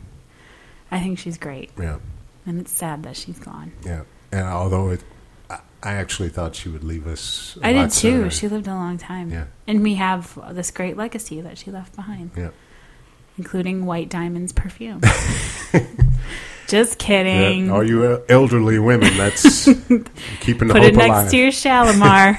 Speaker 2: I think she's great,
Speaker 3: Yeah.
Speaker 2: and it's sad that she's gone.
Speaker 3: Yeah, and although it, I, I actually thought she would leave us. I
Speaker 2: I did too. She lived a long time.
Speaker 3: Yeah.
Speaker 2: And we have this great legacy that she left behind,
Speaker 3: yeah,
Speaker 2: including White Diamond's perfume. Just kidding.
Speaker 3: yeah. Oh, Are you el- elderly women? That's keeping the
Speaker 2: Put
Speaker 3: hope
Speaker 2: it next
Speaker 3: alive.
Speaker 2: to your Shalimar.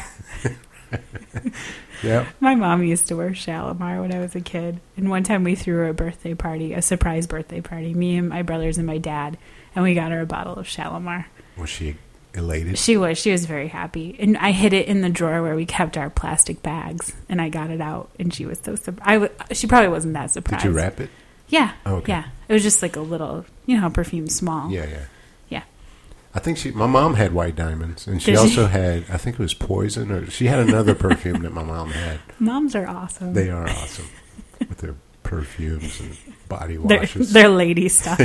Speaker 3: Yeah,
Speaker 2: My mom used to wear Shalimar when I was a kid. And one time we threw her a birthday party, a surprise birthday party, me and my brothers and my dad. And we got her a bottle of Shalimar.
Speaker 3: was she elated?
Speaker 2: She was. She was very happy. And I hid it in the drawer where we kept our plastic bags. And I got it out. And she was so surprised. I w- she probably wasn't that
Speaker 3: Did
Speaker 2: surprised.
Speaker 3: you wrap it?
Speaker 2: Yeah.
Speaker 3: Oh, okay.
Speaker 2: Yeah. It was just like a little, you know how perfume's small.
Speaker 3: Yeah, yeah.
Speaker 2: Yeah.
Speaker 3: I think she. My mom had white diamonds, and she
Speaker 2: Did she?
Speaker 3: also had. I think it was poison, or she had another perfume that my mom had.
Speaker 2: Moms are awesome.
Speaker 3: They are awesome with their perfumes and body
Speaker 2: They're,
Speaker 3: washes.
Speaker 2: they're lady stuff.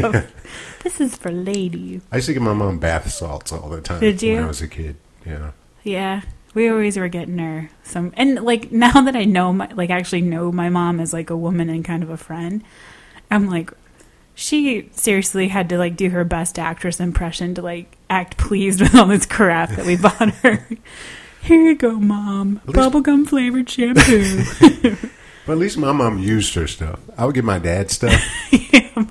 Speaker 2: this is for lady.
Speaker 3: I used to give my mom bath salts all the time
Speaker 2: Did
Speaker 3: when
Speaker 2: you?
Speaker 3: I was a kid. Yeah.
Speaker 2: Yeah. We always were getting her some, and like now that I know my, like actually know my mom as like a woman and kind of a friend, I'm like, she seriously had to like do her best actress impression to like act pleased with all this crap that we bought her. Here you go, mom.
Speaker 3: least-
Speaker 2: Bubblegum flavored shampoo.
Speaker 3: But at least my mom used her stuff. I would get my dad stuff.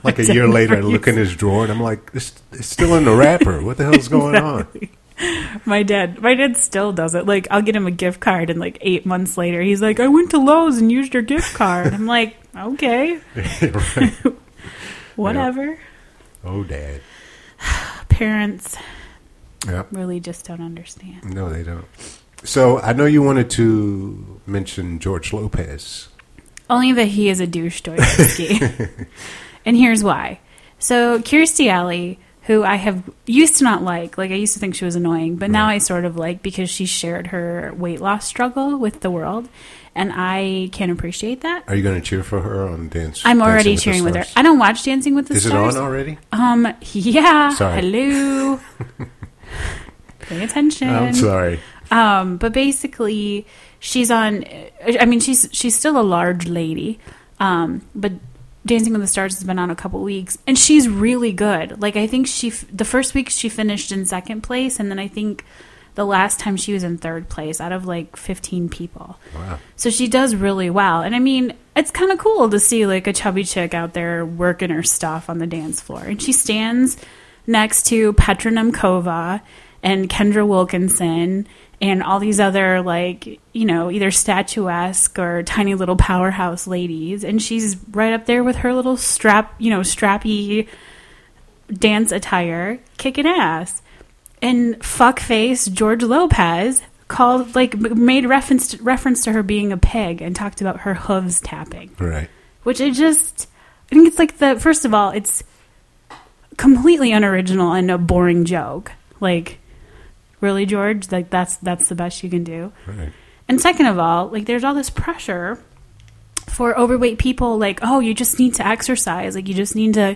Speaker 3: like a
Speaker 2: dad
Speaker 3: year later, I
Speaker 2: never
Speaker 3: look in his drawer and I'm like, it's, it's still in the wrapper. What the hell's going on?
Speaker 2: My dad, my dad still does it. Like, I'll get him a gift card, and like eight months later, he's like, "I went to Lowe's and used your gift card." I'm like, "Okay,
Speaker 3: Right.
Speaker 2: whatever."
Speaker 3: Oh, dad.
Speaker 2: Parents
Speaker 3: Yep.
Speaker 2: really just don't understand.
Speaker 3: No, they don't. So I know you wanted to mention George Lopez.
Speaker 2: Only that he is a douche Dostoevsky, and here's why. So, Kirstie Alley, who I have used to not like, like I used to think she was annoying, but now I sort of like because she shared her weight loss struggle with the world, and I can appreciate that.
Speaker 3: Are you going to cheer for her on Dance?
Speaker 2: I'm already
Speaker 3: Dancing
Speaker 2: cheering
Speaker 3: the
Speaker 2: with her.
Speaker 3: Stars?
Speaker 2: I don't watch Dancing with the
Speaker 3: Is it
Speaker 2: Stars.
Speaker 3: on already?
Speaker 2: Um, yeah.
Speaker 3: Sorry.
Speaker 2: Hello. Pay attention.
Speaker 3: I'm sorry.
Speaker 2: Um, but basically, she's on. I mean, she's she's still a large lady, um, but Dancing with the Stars has been on a couple weeks, and she's really good. Like I think she f- the first week she finished in second place, and then I think the last time she was in third place out of like 15 people.
Speaker 3: Wow.
Speaker 2: So she does really well. And I mean, it's kind of cool to see like a chubby chick out there working her stuff on the dance floor. And she stands next to Petra Nemkova and Kendra Wilkinson and all these other like you know either statuesque or tiny little powerhouse ladies and she's right up there with her little strap you know strappy dance attire kicking ass and fuckface George Lopez called like m- made reference to, reference to her being a pig and talked about her hooves tapping
Speaker 3: Right.
Speaker 2: which it just I think it's like the first of all, it's completely unoriginal and a boring joke. Like, really, George? Like that's that's the best you can do.
Speaker 3: Right.
Speaker 2: And second of all, like there's all this pressure for overweight people like, oh, you just need to exercise, like you just need to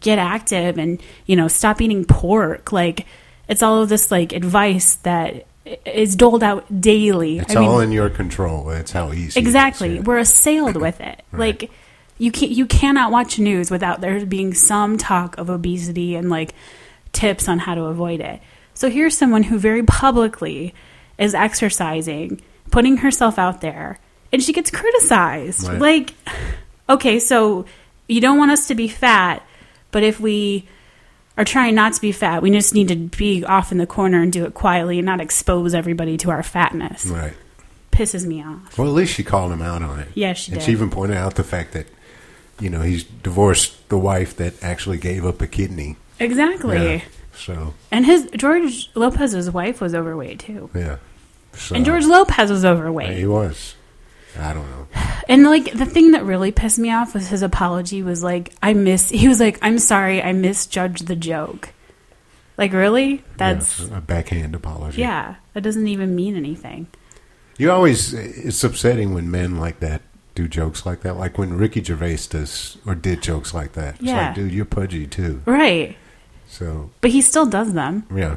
Speaker 2: get active and, you know, stop eating pork. Like it's all of this like advice that i- is doled out daily.
Speaker 3: It's all in your control. That's how easy.
Speaker 2: Exactly.
Speaker 3: It is, yeah.
Speaker 2: We're assailed with it.
Speaker 3: Right.
Speaker 2: Like you can you cannot watch news without there being some talk of obesity and like tips on how to avoid it. So here's someone who very publicly is exercising, putting herself out there, and she gets criticized.
Speaker 3: Right.
Speaker 2: Like okay, so you don't want us to be fat, but if we are trying not to be fat, we just need to be off in the corner and do it quietly and not expose everybody to our fatness.
Speaker 3: Right.
Speaker 2: Pisses me off.
Speaker 3: Well, at least she called him out on it.
Speaker 2: Yeah, she
Speaker 3: and
Speaker 2: did.
Speaker 3: she even pointed out the fact that, you know, he's divorced the wife that actually gave up a kidney.
Speaker 2: Exactly.
Speaker 3: Yeah. So
Speaker 2: And his George Lopez's wife was overweight too.
Speaker 3: yeah. So,
Speaker 2: And George Lopez was
Speaker 3: yeah,
Speaker 2: overweight.
Speaker 3: He was. I don't know.
Speaker 2: And like the thing that really pissed me off was his apology was like I miss he was like I'm sorry I misjudged the joke. Like really? That's
Speaker 3: Yeah, a backhand apology.
Speaker 2: yeah, that doesn't even mean anything.
Speaker 3: You always. It's upsetting when men like that do jokes like that. Like when Ricky Gervais does or did jokes like that. It's
Speaker 2: Yeah.
Speaker 3: like, dude, you're pudgy too.
Speaker 2: Right.
Speaker 3: So
Speaker 2: But he still does them.
Speaker 3: yeah.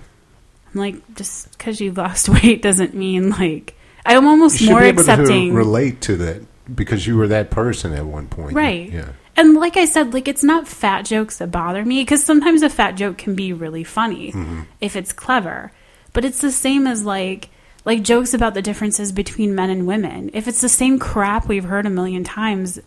Speaker 2: I'm like just cuz you've lost weight doesn't mean like I'm almost
Speaker 3: You should
Speaker 2: more
Speaker 3: be able
Speaker 2: accepting
Speaker 3: to relate to that because you were that person at one point.
Speaker 2: Right.
Speaker 3: Yeah.
Speaker 2: And like I said, like it's not fat jokes that bother me because sometimes a fat joke can be really funny
Speaker 3: Mm-hmm.
Speaker 2: if it's clever. But it's the same as like like jokes about the differences between men and women. If it's the same crap we've heard a million times,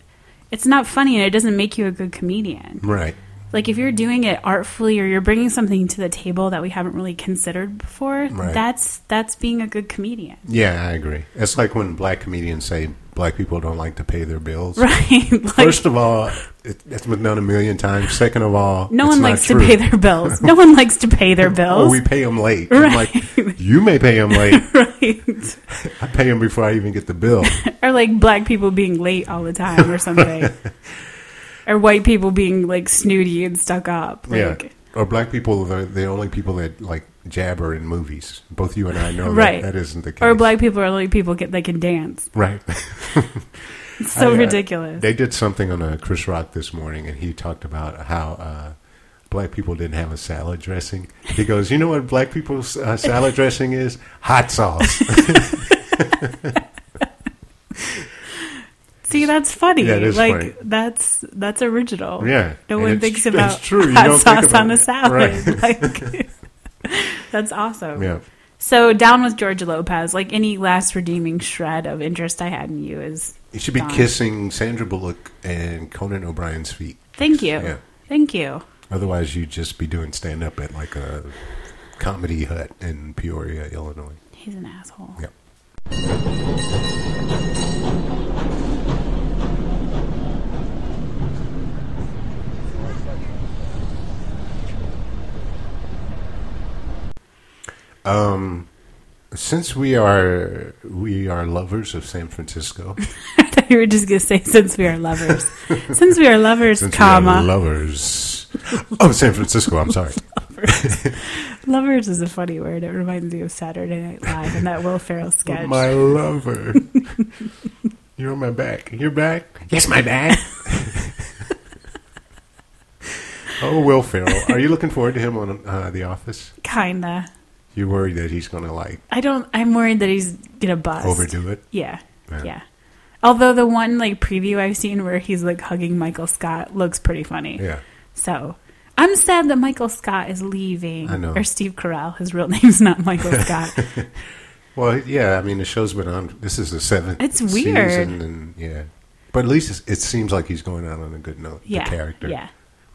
Speaker 2: it's not funny and it doesn't make you a good comedian.
Speaker 3: Right.
Speaker 2: Like if
Speaker 3: Mm-hmm.
Speaker 2: you're doing it artfully or you're bringing something to the table that we haven't really considered before,
Speaker 3: Right.
Speaker 2: that's that's being a good comedian.
Speaker 3: Yeah, I agree. It's like when black comedians say black people don't like to pay their bills.
Speaker 2: Right? like
Speaker 3: First of all, it, that's been done a million times. Second of all,
Speaker 2: no
Speaker 3: it's
Speaker 2: one
Speaker 3: not
Speaker 2: likes
Speaker 3: true.
Speaker 2: to pay their bills. No one likes to pay their
Speaker 3: Or
Speaker 2: bills.
Speaker 3: we pay them late. I'm
Speaker 2: Right.
Speaker 3: like, you may pay them late.
Speaker 2: right.
Speaker 3: I pay them before I even get the bill.
Speaker 2: or like black people being late all the time or something or white people being like snooty and stuck up
Speaker 3: yeah.
Speaker 2: like
Speaker 3: Or black people are the only people that like jabber in movies. Both you and I know
Speaker 2: Right.
Speaker 3: Oh, that, that isn't the case.
Speaker 2: or black people are the only people get, that can dance
Speaker 3: Right.
Speaker 2: it's so
Speaker 3: I, uh,
Speaker 2: ridiculous
Speaker 3: They did something on uh, Chris Rock this morning, and he talked about how uh, black people didn't have a salad dressing. He goes, "You know what black people's uh, salad dressing is? Hot sauce."
Speaker 2: see that's funny
Speaker 3: Yeah, it is
Speaker 2: like
Speaker 3: funny.
Speaker 2: that's that's original
Speaker 3: Yeah.
Speaker 2: no
Speaker 3: And
Speaker 2: one
Speaker 3: it's-
Speaker 2: thinks
Speaker 3: it's
Speaker 2: about
Speaker 3: true. You
Speaker 2: hot
Speaker 3: don't think
Speaker 2: sauce
Speaker 3: about
Speaker 2: on a
Speaker 3: it.
Speaker 2: salad
Speaker 3: Right.
Speaker 2: like that's awesome
Speaker 3: yeah,
Speaker 2: so down with george lopez like any last redeeming shred of interest i had in you is
Speaker 3: you should be
Speaker 2: gone.
Speaker 3: kissing Sandra Bullock and Conan O'Brien's feet.
Speaker 2: thank you
Speaker 3: Yeah.
Speaker 2: thank you
Speaker 3: Otherwise, you'd just be doing stand up at like a comedy hut in Peoria, Illinois.
Speaker 2: he's an asshole
Speaker 3: Yeah. Um, since we are we are lovers of San Francisco,
Speaker 2: I thought you were just gonna say since we are lovers. since we are lovers,
Speaker 3: since we
Speaker 2: comma.
Speaker 3: are lovers of San Francisco, I'm sorry.
Speaker 2: lovers is a funny word. It reminds me of Saturday Night Live and that Will Ferrell sketch.
Speaker 3: My lover. You're on my back. You're back? Yes, my back. oh, Will Ferrell. Are you looking forward to him on uh, The Office?
Speaker 2: Kinda.
Speaker 3: You worried that he's going to, like,
Speaker 2: I don't I'm worried that he's gonna bust.
Speaker 3: overdo it?
Speaker 2: Yeah.
Speaker 3: Yeah.
Speaker 2: Yeah. Although the one like preview I've seen where he's like hugging Michael Scott looks pretty funny.
Speaker 3: Yeah.
Speaker 2: So I'm sad that Michael Scott is leaving.
Speaker 3: I know.
Speaker 2: Or Steve Carell. His real name's not Michael Scott.
Speaker 3: Well, yeah, I mean, the show's been on. This is the seventh
Speaker 2: It's weird.
Speaker 3: season. And, yeah. But at least it's, it seems like he's going out on a good note.
Speaker 2: yeah.
Speaker 3: The character.
Speaker 2: Yeah.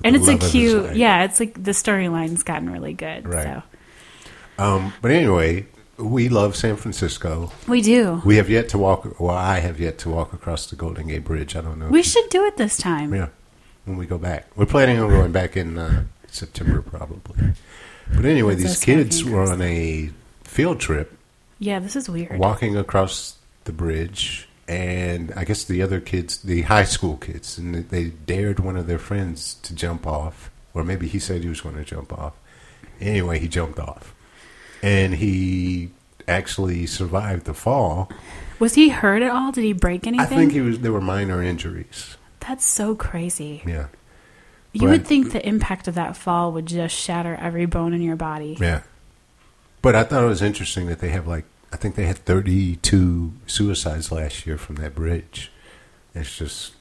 Speaker 2: and it's a
Speaker 3: Love is
Speaker 2: cute
Speaker 3: like-
Speaker 2: yeah it's like the storyline's gotten really good
Speaker 3: Right.
Speaker 2: so
Speaker 3: Um, but anyway, we love San Francisco.
Speaker 2: we do
Speaker 3: We have yet to walk. Well, I have yet to walk across the Golden Gate Bridge. I don't know. if
Speaker 2: we
Speaker 3: you-
Speaker 2: should do it this time
Speaker 3: Yeah, when we go back, we're planning on going back in uh, September probably. But anyway,
Speaker 2: That's us
Speaker 3: these kids
Speaker 2: walking
Speaker 3: were
Speaker 2: across
Speaker 3: on a field trip
Speaker 2: yeah this is weird
Speaker 3: walking across the bridge, and I guess the other kids, the high school kids, and they dared one of their friends to jump off, or maybe he said he was going to jump off. Anyway, he jumped off, and he actually survived the fall.
Speaker 2: was he hurt at all did he break anything
Speaker 3: I think he was. There were minor injuries.
Speaker 2: that's so crazy
Speaker 3: Yeah,
Speaker 2: you would
Speaker 3: but-
Speaker 2: think the impact of that fall would just shatter every bone in your body
Speaker 3: yeah. But I thought it was interesting that they have like I think they had thirty-two suicides last year from that bridge. It's just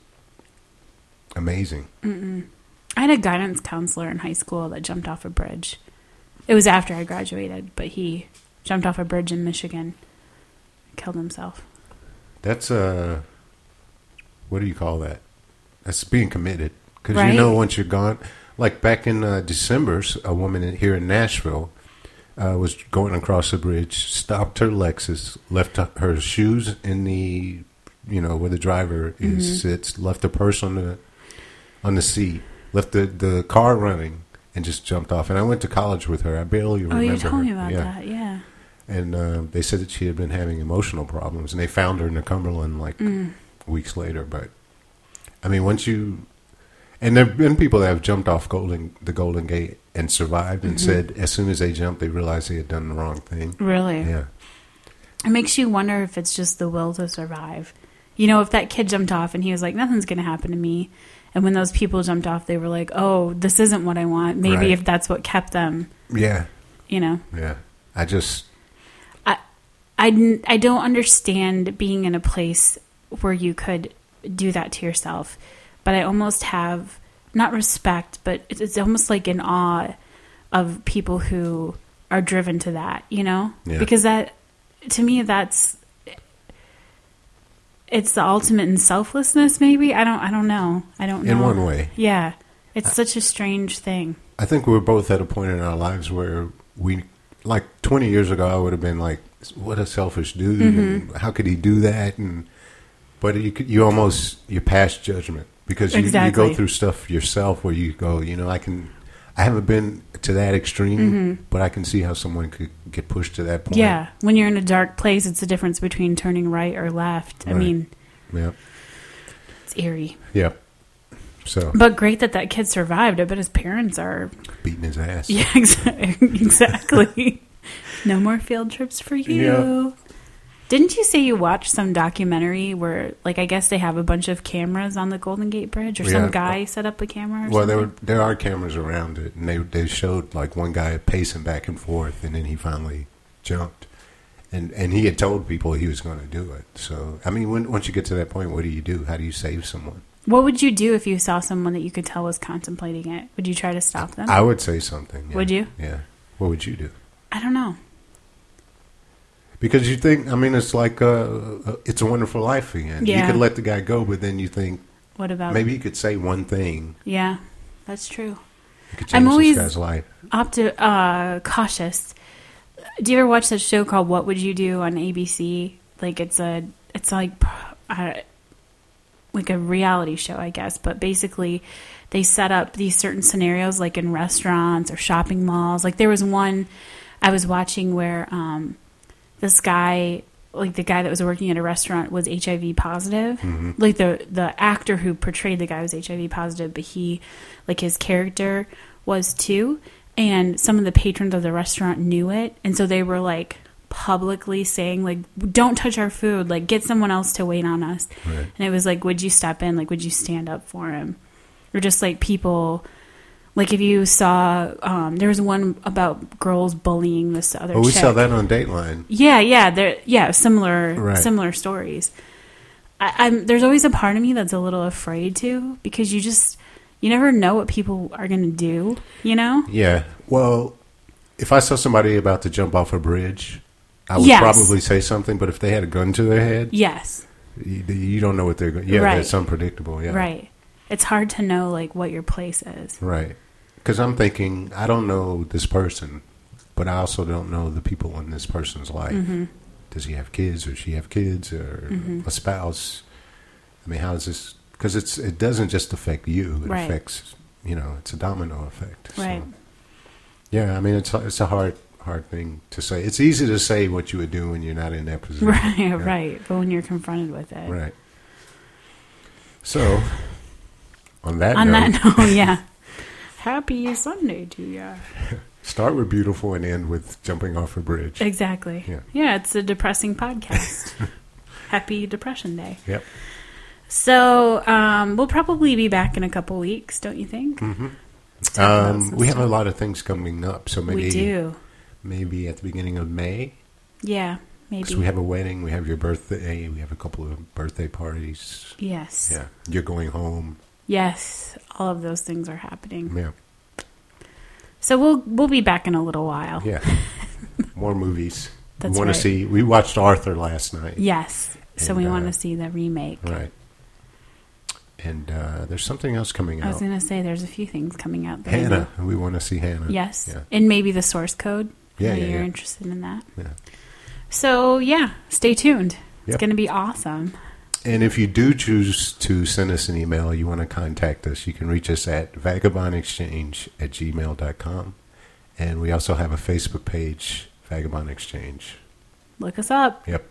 Speaker 3: amazing.
Speaker 2: I had a guidance counselor in high school that jumped off a bridge. It was after I graduated, but he jumped off a bridge in Michigan, killed himself.
Speaker 3: That's uh, what do you call that? That's being committed because
Speaker 2: Right.
Speaker 3: you know once you're gone. Like back in uh, December, s- a woman in, here in Nashville uh, was going across the bridge, stopped her Lexus, left her- her shoes in the you know where the driver is
Speaker 2: Mm-hmm.
Speaker 3: sits, left the purse on the on the seat, left the the car running, and just jumped off. And I went to college with her. I barely remember.
Speaker 2: Oh, you told
Speaker 3: her.
Speaker 2: me about
Speaker 3: Yeah
Speaker 2: that. Yeah.
Speaker 3: and uh, they said that she had been having emotional problems, and they found her in the Cumberland like weeks later. But I mean, once you and there've been people that have jumped off Golden the Golden Gate and survived, and said as soon as they jumped, they realized they had done the wrong thing.
Speaker 2: Really?
Speaker 3: Yeah,
Speaker 2: It makes you wonder if it's just the will to survive. You know, if that kid jumped off and he was like, nothing's going to happen to me. And when those people jumped off, they were like, oh, this isn't what I want. Maybe
Speaker 3: Right.
Speaker 2: if that's what kept them,
Speaker 3: yeah,
Speaker 2: you know.
Speaker 3: yeah. I just
Speaker 2: I, n- I don't understand being in a place where you could do that to yourself, but I almost have not respect, but it's, it's almost like an awe of people who are driven to that, you know?
Speaker 3: Yeah.
Speaker 2: Because that, to me, that's it's the ultimate in selflessness. Maybe I don't. I don't know. I don't.
Speaker 3: In
Speaker 2: know.
Speaker 3: one way.
Speaker 2: yeah. It's such a strange thing.
Speaker 3: I think we were both at a point in our lives where we, like 20 years ago, I would have been like, "What a selfish dude! And
Speaker 2: Mm-hmm.
Speaker 3: how could he do that?" And but you could- you almost you pass judgment because you, you
Speaker 2: Exactly.
Speaker 3: go through stuff yourself where you go, you know, I can. I haven't been to that extreme, but I can see how someone could get pushed to that point.
Speaker 2: Mm-hmm. Yeah. When you're in a dark place, it's the difference between turning right or left. I
Speaker 3: Right.
Speaker 2: mean,
Speaker 3: Yep.
Speaker 2: it's eerie.
Speaker 3: Yep. So
Speaker 2: But great that that kid survived. I bet his parents are.
Speaker 3: beating his ass.
Speaker 2: Yeah, exa- exactly. no more field trips for you. Didn't you say you watched some documentary where, like, I guess they have a bunch of cameras on the Golden Gate Bridge, or
Speaker 3: Yeah.
Speaker 2: some guy set up a camera? Or
Speaker 3: Well, there
Speaker 2: something?
Speaker 3: were there are cameras around it, and they they showed like one guy pacing back and forth, and then he finally jumped, and and he had told people he was going to do it. So I mean, when, once you get to that point, what do you do? How do you save someone?
Speaker 2: What would you do if you saw someone that you could tell was contemplating it? Would you try to stop them? I,
Speaker 3: I would say something. yeah.
Speaker 2: Would you?
Speaker 3: Yeah. What would you do?
Speaker 2: don't know.
Speaker 3: Because you think, I mean, it's like uh, it's a wonderful life again.
Speaker 2: Yeah. Um,
Speaker 3: You could let the guy go, but then you think
Speaker 2: What about
Speaker 3: maybe you could say one thing.
Speaker 2: Yeah, that's true.
Speaker 3: You could
Speaker 2: I'm
Speaker 3: change
Speaker 2: always-
Speaker 3: this guy's life.
Speaker 2: opti- uh, cautious. Do you ever watch that show called What Would You Do on ABC? Like it's a it's like uh, like a reality show, I guess. But basically, they set up these certain scenarios, like in restaurants or shopping malls. Like there was one I was watching where um, this guy, like the guy that was working at a restaurant, was HIV positive.
Speaker 3: Mm-hmm.
Speaker 2: Like the the actor who portrayed the guy was HIV positive, but he, like his character, was too. And some of the patrons of the restaurant knew it, and so they were like publicly saying like don't touch our food like get someone else to wait on us
Speaker 3: Right.
Speaker 2: and it was like would you step in like would you stand up for him or just like people like if you saw um there was one about girls bullying this other
Speaker 3: Well, Oh, we
Speaker 2: chick.
Speaker 3: saw that on Dateline.
Speaker 2: Yeah, yeah, there, yeah, similar,
Speaker 3: Right.
Speaker 2: similar stories. I, I'm there's always a part of me that's a little afraid to because you just you never know what people are gonna do. You know?
Speaker 3: Yeah. Well, if I saw somebody about to jump off a bridge, I would
Speaker 2: Yes.
Speaker 3: probably say something. But if they had a gun to their head,
Speaker 2: Yes,
Speaker 3: you, you don't know what they're going. Yeah,
Speaker 2: Right.
Speaker 3: that's unpredictable. Yeah.
Speaker 2: right. it's hard to know like what your place is.
Speaker 3: Right. Because I'm thinking, I don't know this person, but I also don't know the people in this person's life.
Speaker 2: Mm-hmm.
Speaker 3: Does he have kids, or she have kids, or a spouse? I mean, how is this? Because it's it doesn't just affect you; it
Speaker 2: Right.
Speaker 3: affects you know, it's a domino effect. So,
Speaker 2: Right.
Speaker 3: yeah, I mean, it's it's a hard hard thing to say. It's easy to say what you would do when you're not in that position.
Speaker 2: Right,
Speaker 3: Yeah.
Speaker 2: right. But when you're confronted with it.
Speaker 3: Right. So, on that
Speaker 2: On
Speaker 3: note,
Speaker 2: that note, yeah. Happy Sunday to you.
Speaker 3: start with beautiful and end with jumping off a bridge.
Speaker 2: Exactly.
Speaker 3: Yeah.
Speaker 2: it's a depressing podcast. Happy Depression Day.
Speaker 3: Yep.
Speaker 2: So um, we'll probably be back in a couple weeks, don't you think?
Speaker 3: Mm-hmm. Um, we have a lot of things coming up, so maybe
Speaker 2: We do.
Speaker 3: maybe at the beginning of May
Speaker 2: Yeah, maybe.
Speaker 3: because we have a wedding, we have your birthday, we have a couple of birthday parties.
Speaker 2: yes.
Speaker 3: Yeah, you're going home.
Speaker 2: Yes, all of those things are happening.
Speaker 3: Yeah,
Speaker 2: So we'll we'll be back in a little while.
Speaker 3: yeah. More movies.
Speaker 2: That's
Speaker 3: we want
Speaker 2: right.
Speaker 3: to see. We watched Arthur last night.
Speaker 2: Yes. So
Speaker 3: And,
Speaker 2: we
Speaker 3: uh,
Speaker 2: want to see the remake.
Speaker 3: Right. And uh, there's something else coming
Speaker 2: I
Speaker 3: out.
Speaker 2: was going to say there's a few things coming out. that we
Speaker 3: Hannah. We want to see Hannah.
Speaker 2: do- Yes.
Speaker 3: Yeah.
Speaker 2: And maybe the source code.
Speaker 3: Yeah,
Speaker 2: I know
Speaker 3: yeah,
Speaker 2: you're
Speaker 3: yeah.
Speaker 2: interested in that.
Speaker 3: yeah.
Speaker 2: So yeah, stay tuned. It's
Speaker 3: Yep.
Speaker 2: going to be awesome.
Speaker 3: And if you do choose to send us an email, you want to contact us, you can reach us at vagabondexchange at gmail.com. And we also have a Facebook page, Vagabond Exchange.
Speaker 2: Look us up.
Speaker 3: Yep.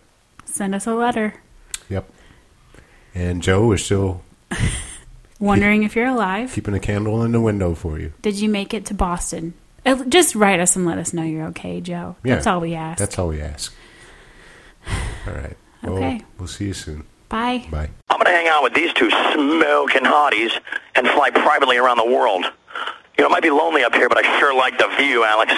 Speaker 2: Send us a letter.
Speaker 3: Yep. And Joe is still
Speaker 2: Wondering if you're alive.
Speaker 3: keeping a candle in the window for you.
Speaker 2: Did you make it to Boston? Uh, Just write us and let us know you're okay, Joe.
Speaker 3: Yeah.
Speaker 2: That's all we ask.
Speaker 3: That's all we ask. All right. Well,
Speaker 2: Okay.
Speaker 3: We'll see you soon.
Speaker 2: Bye.
Speaker 3: Bye.
Speaker 6: I'm going to hang out with these two smoking hotties and fly privately around the world. You know, it might be lonely up here, but I sure like the view, Alex.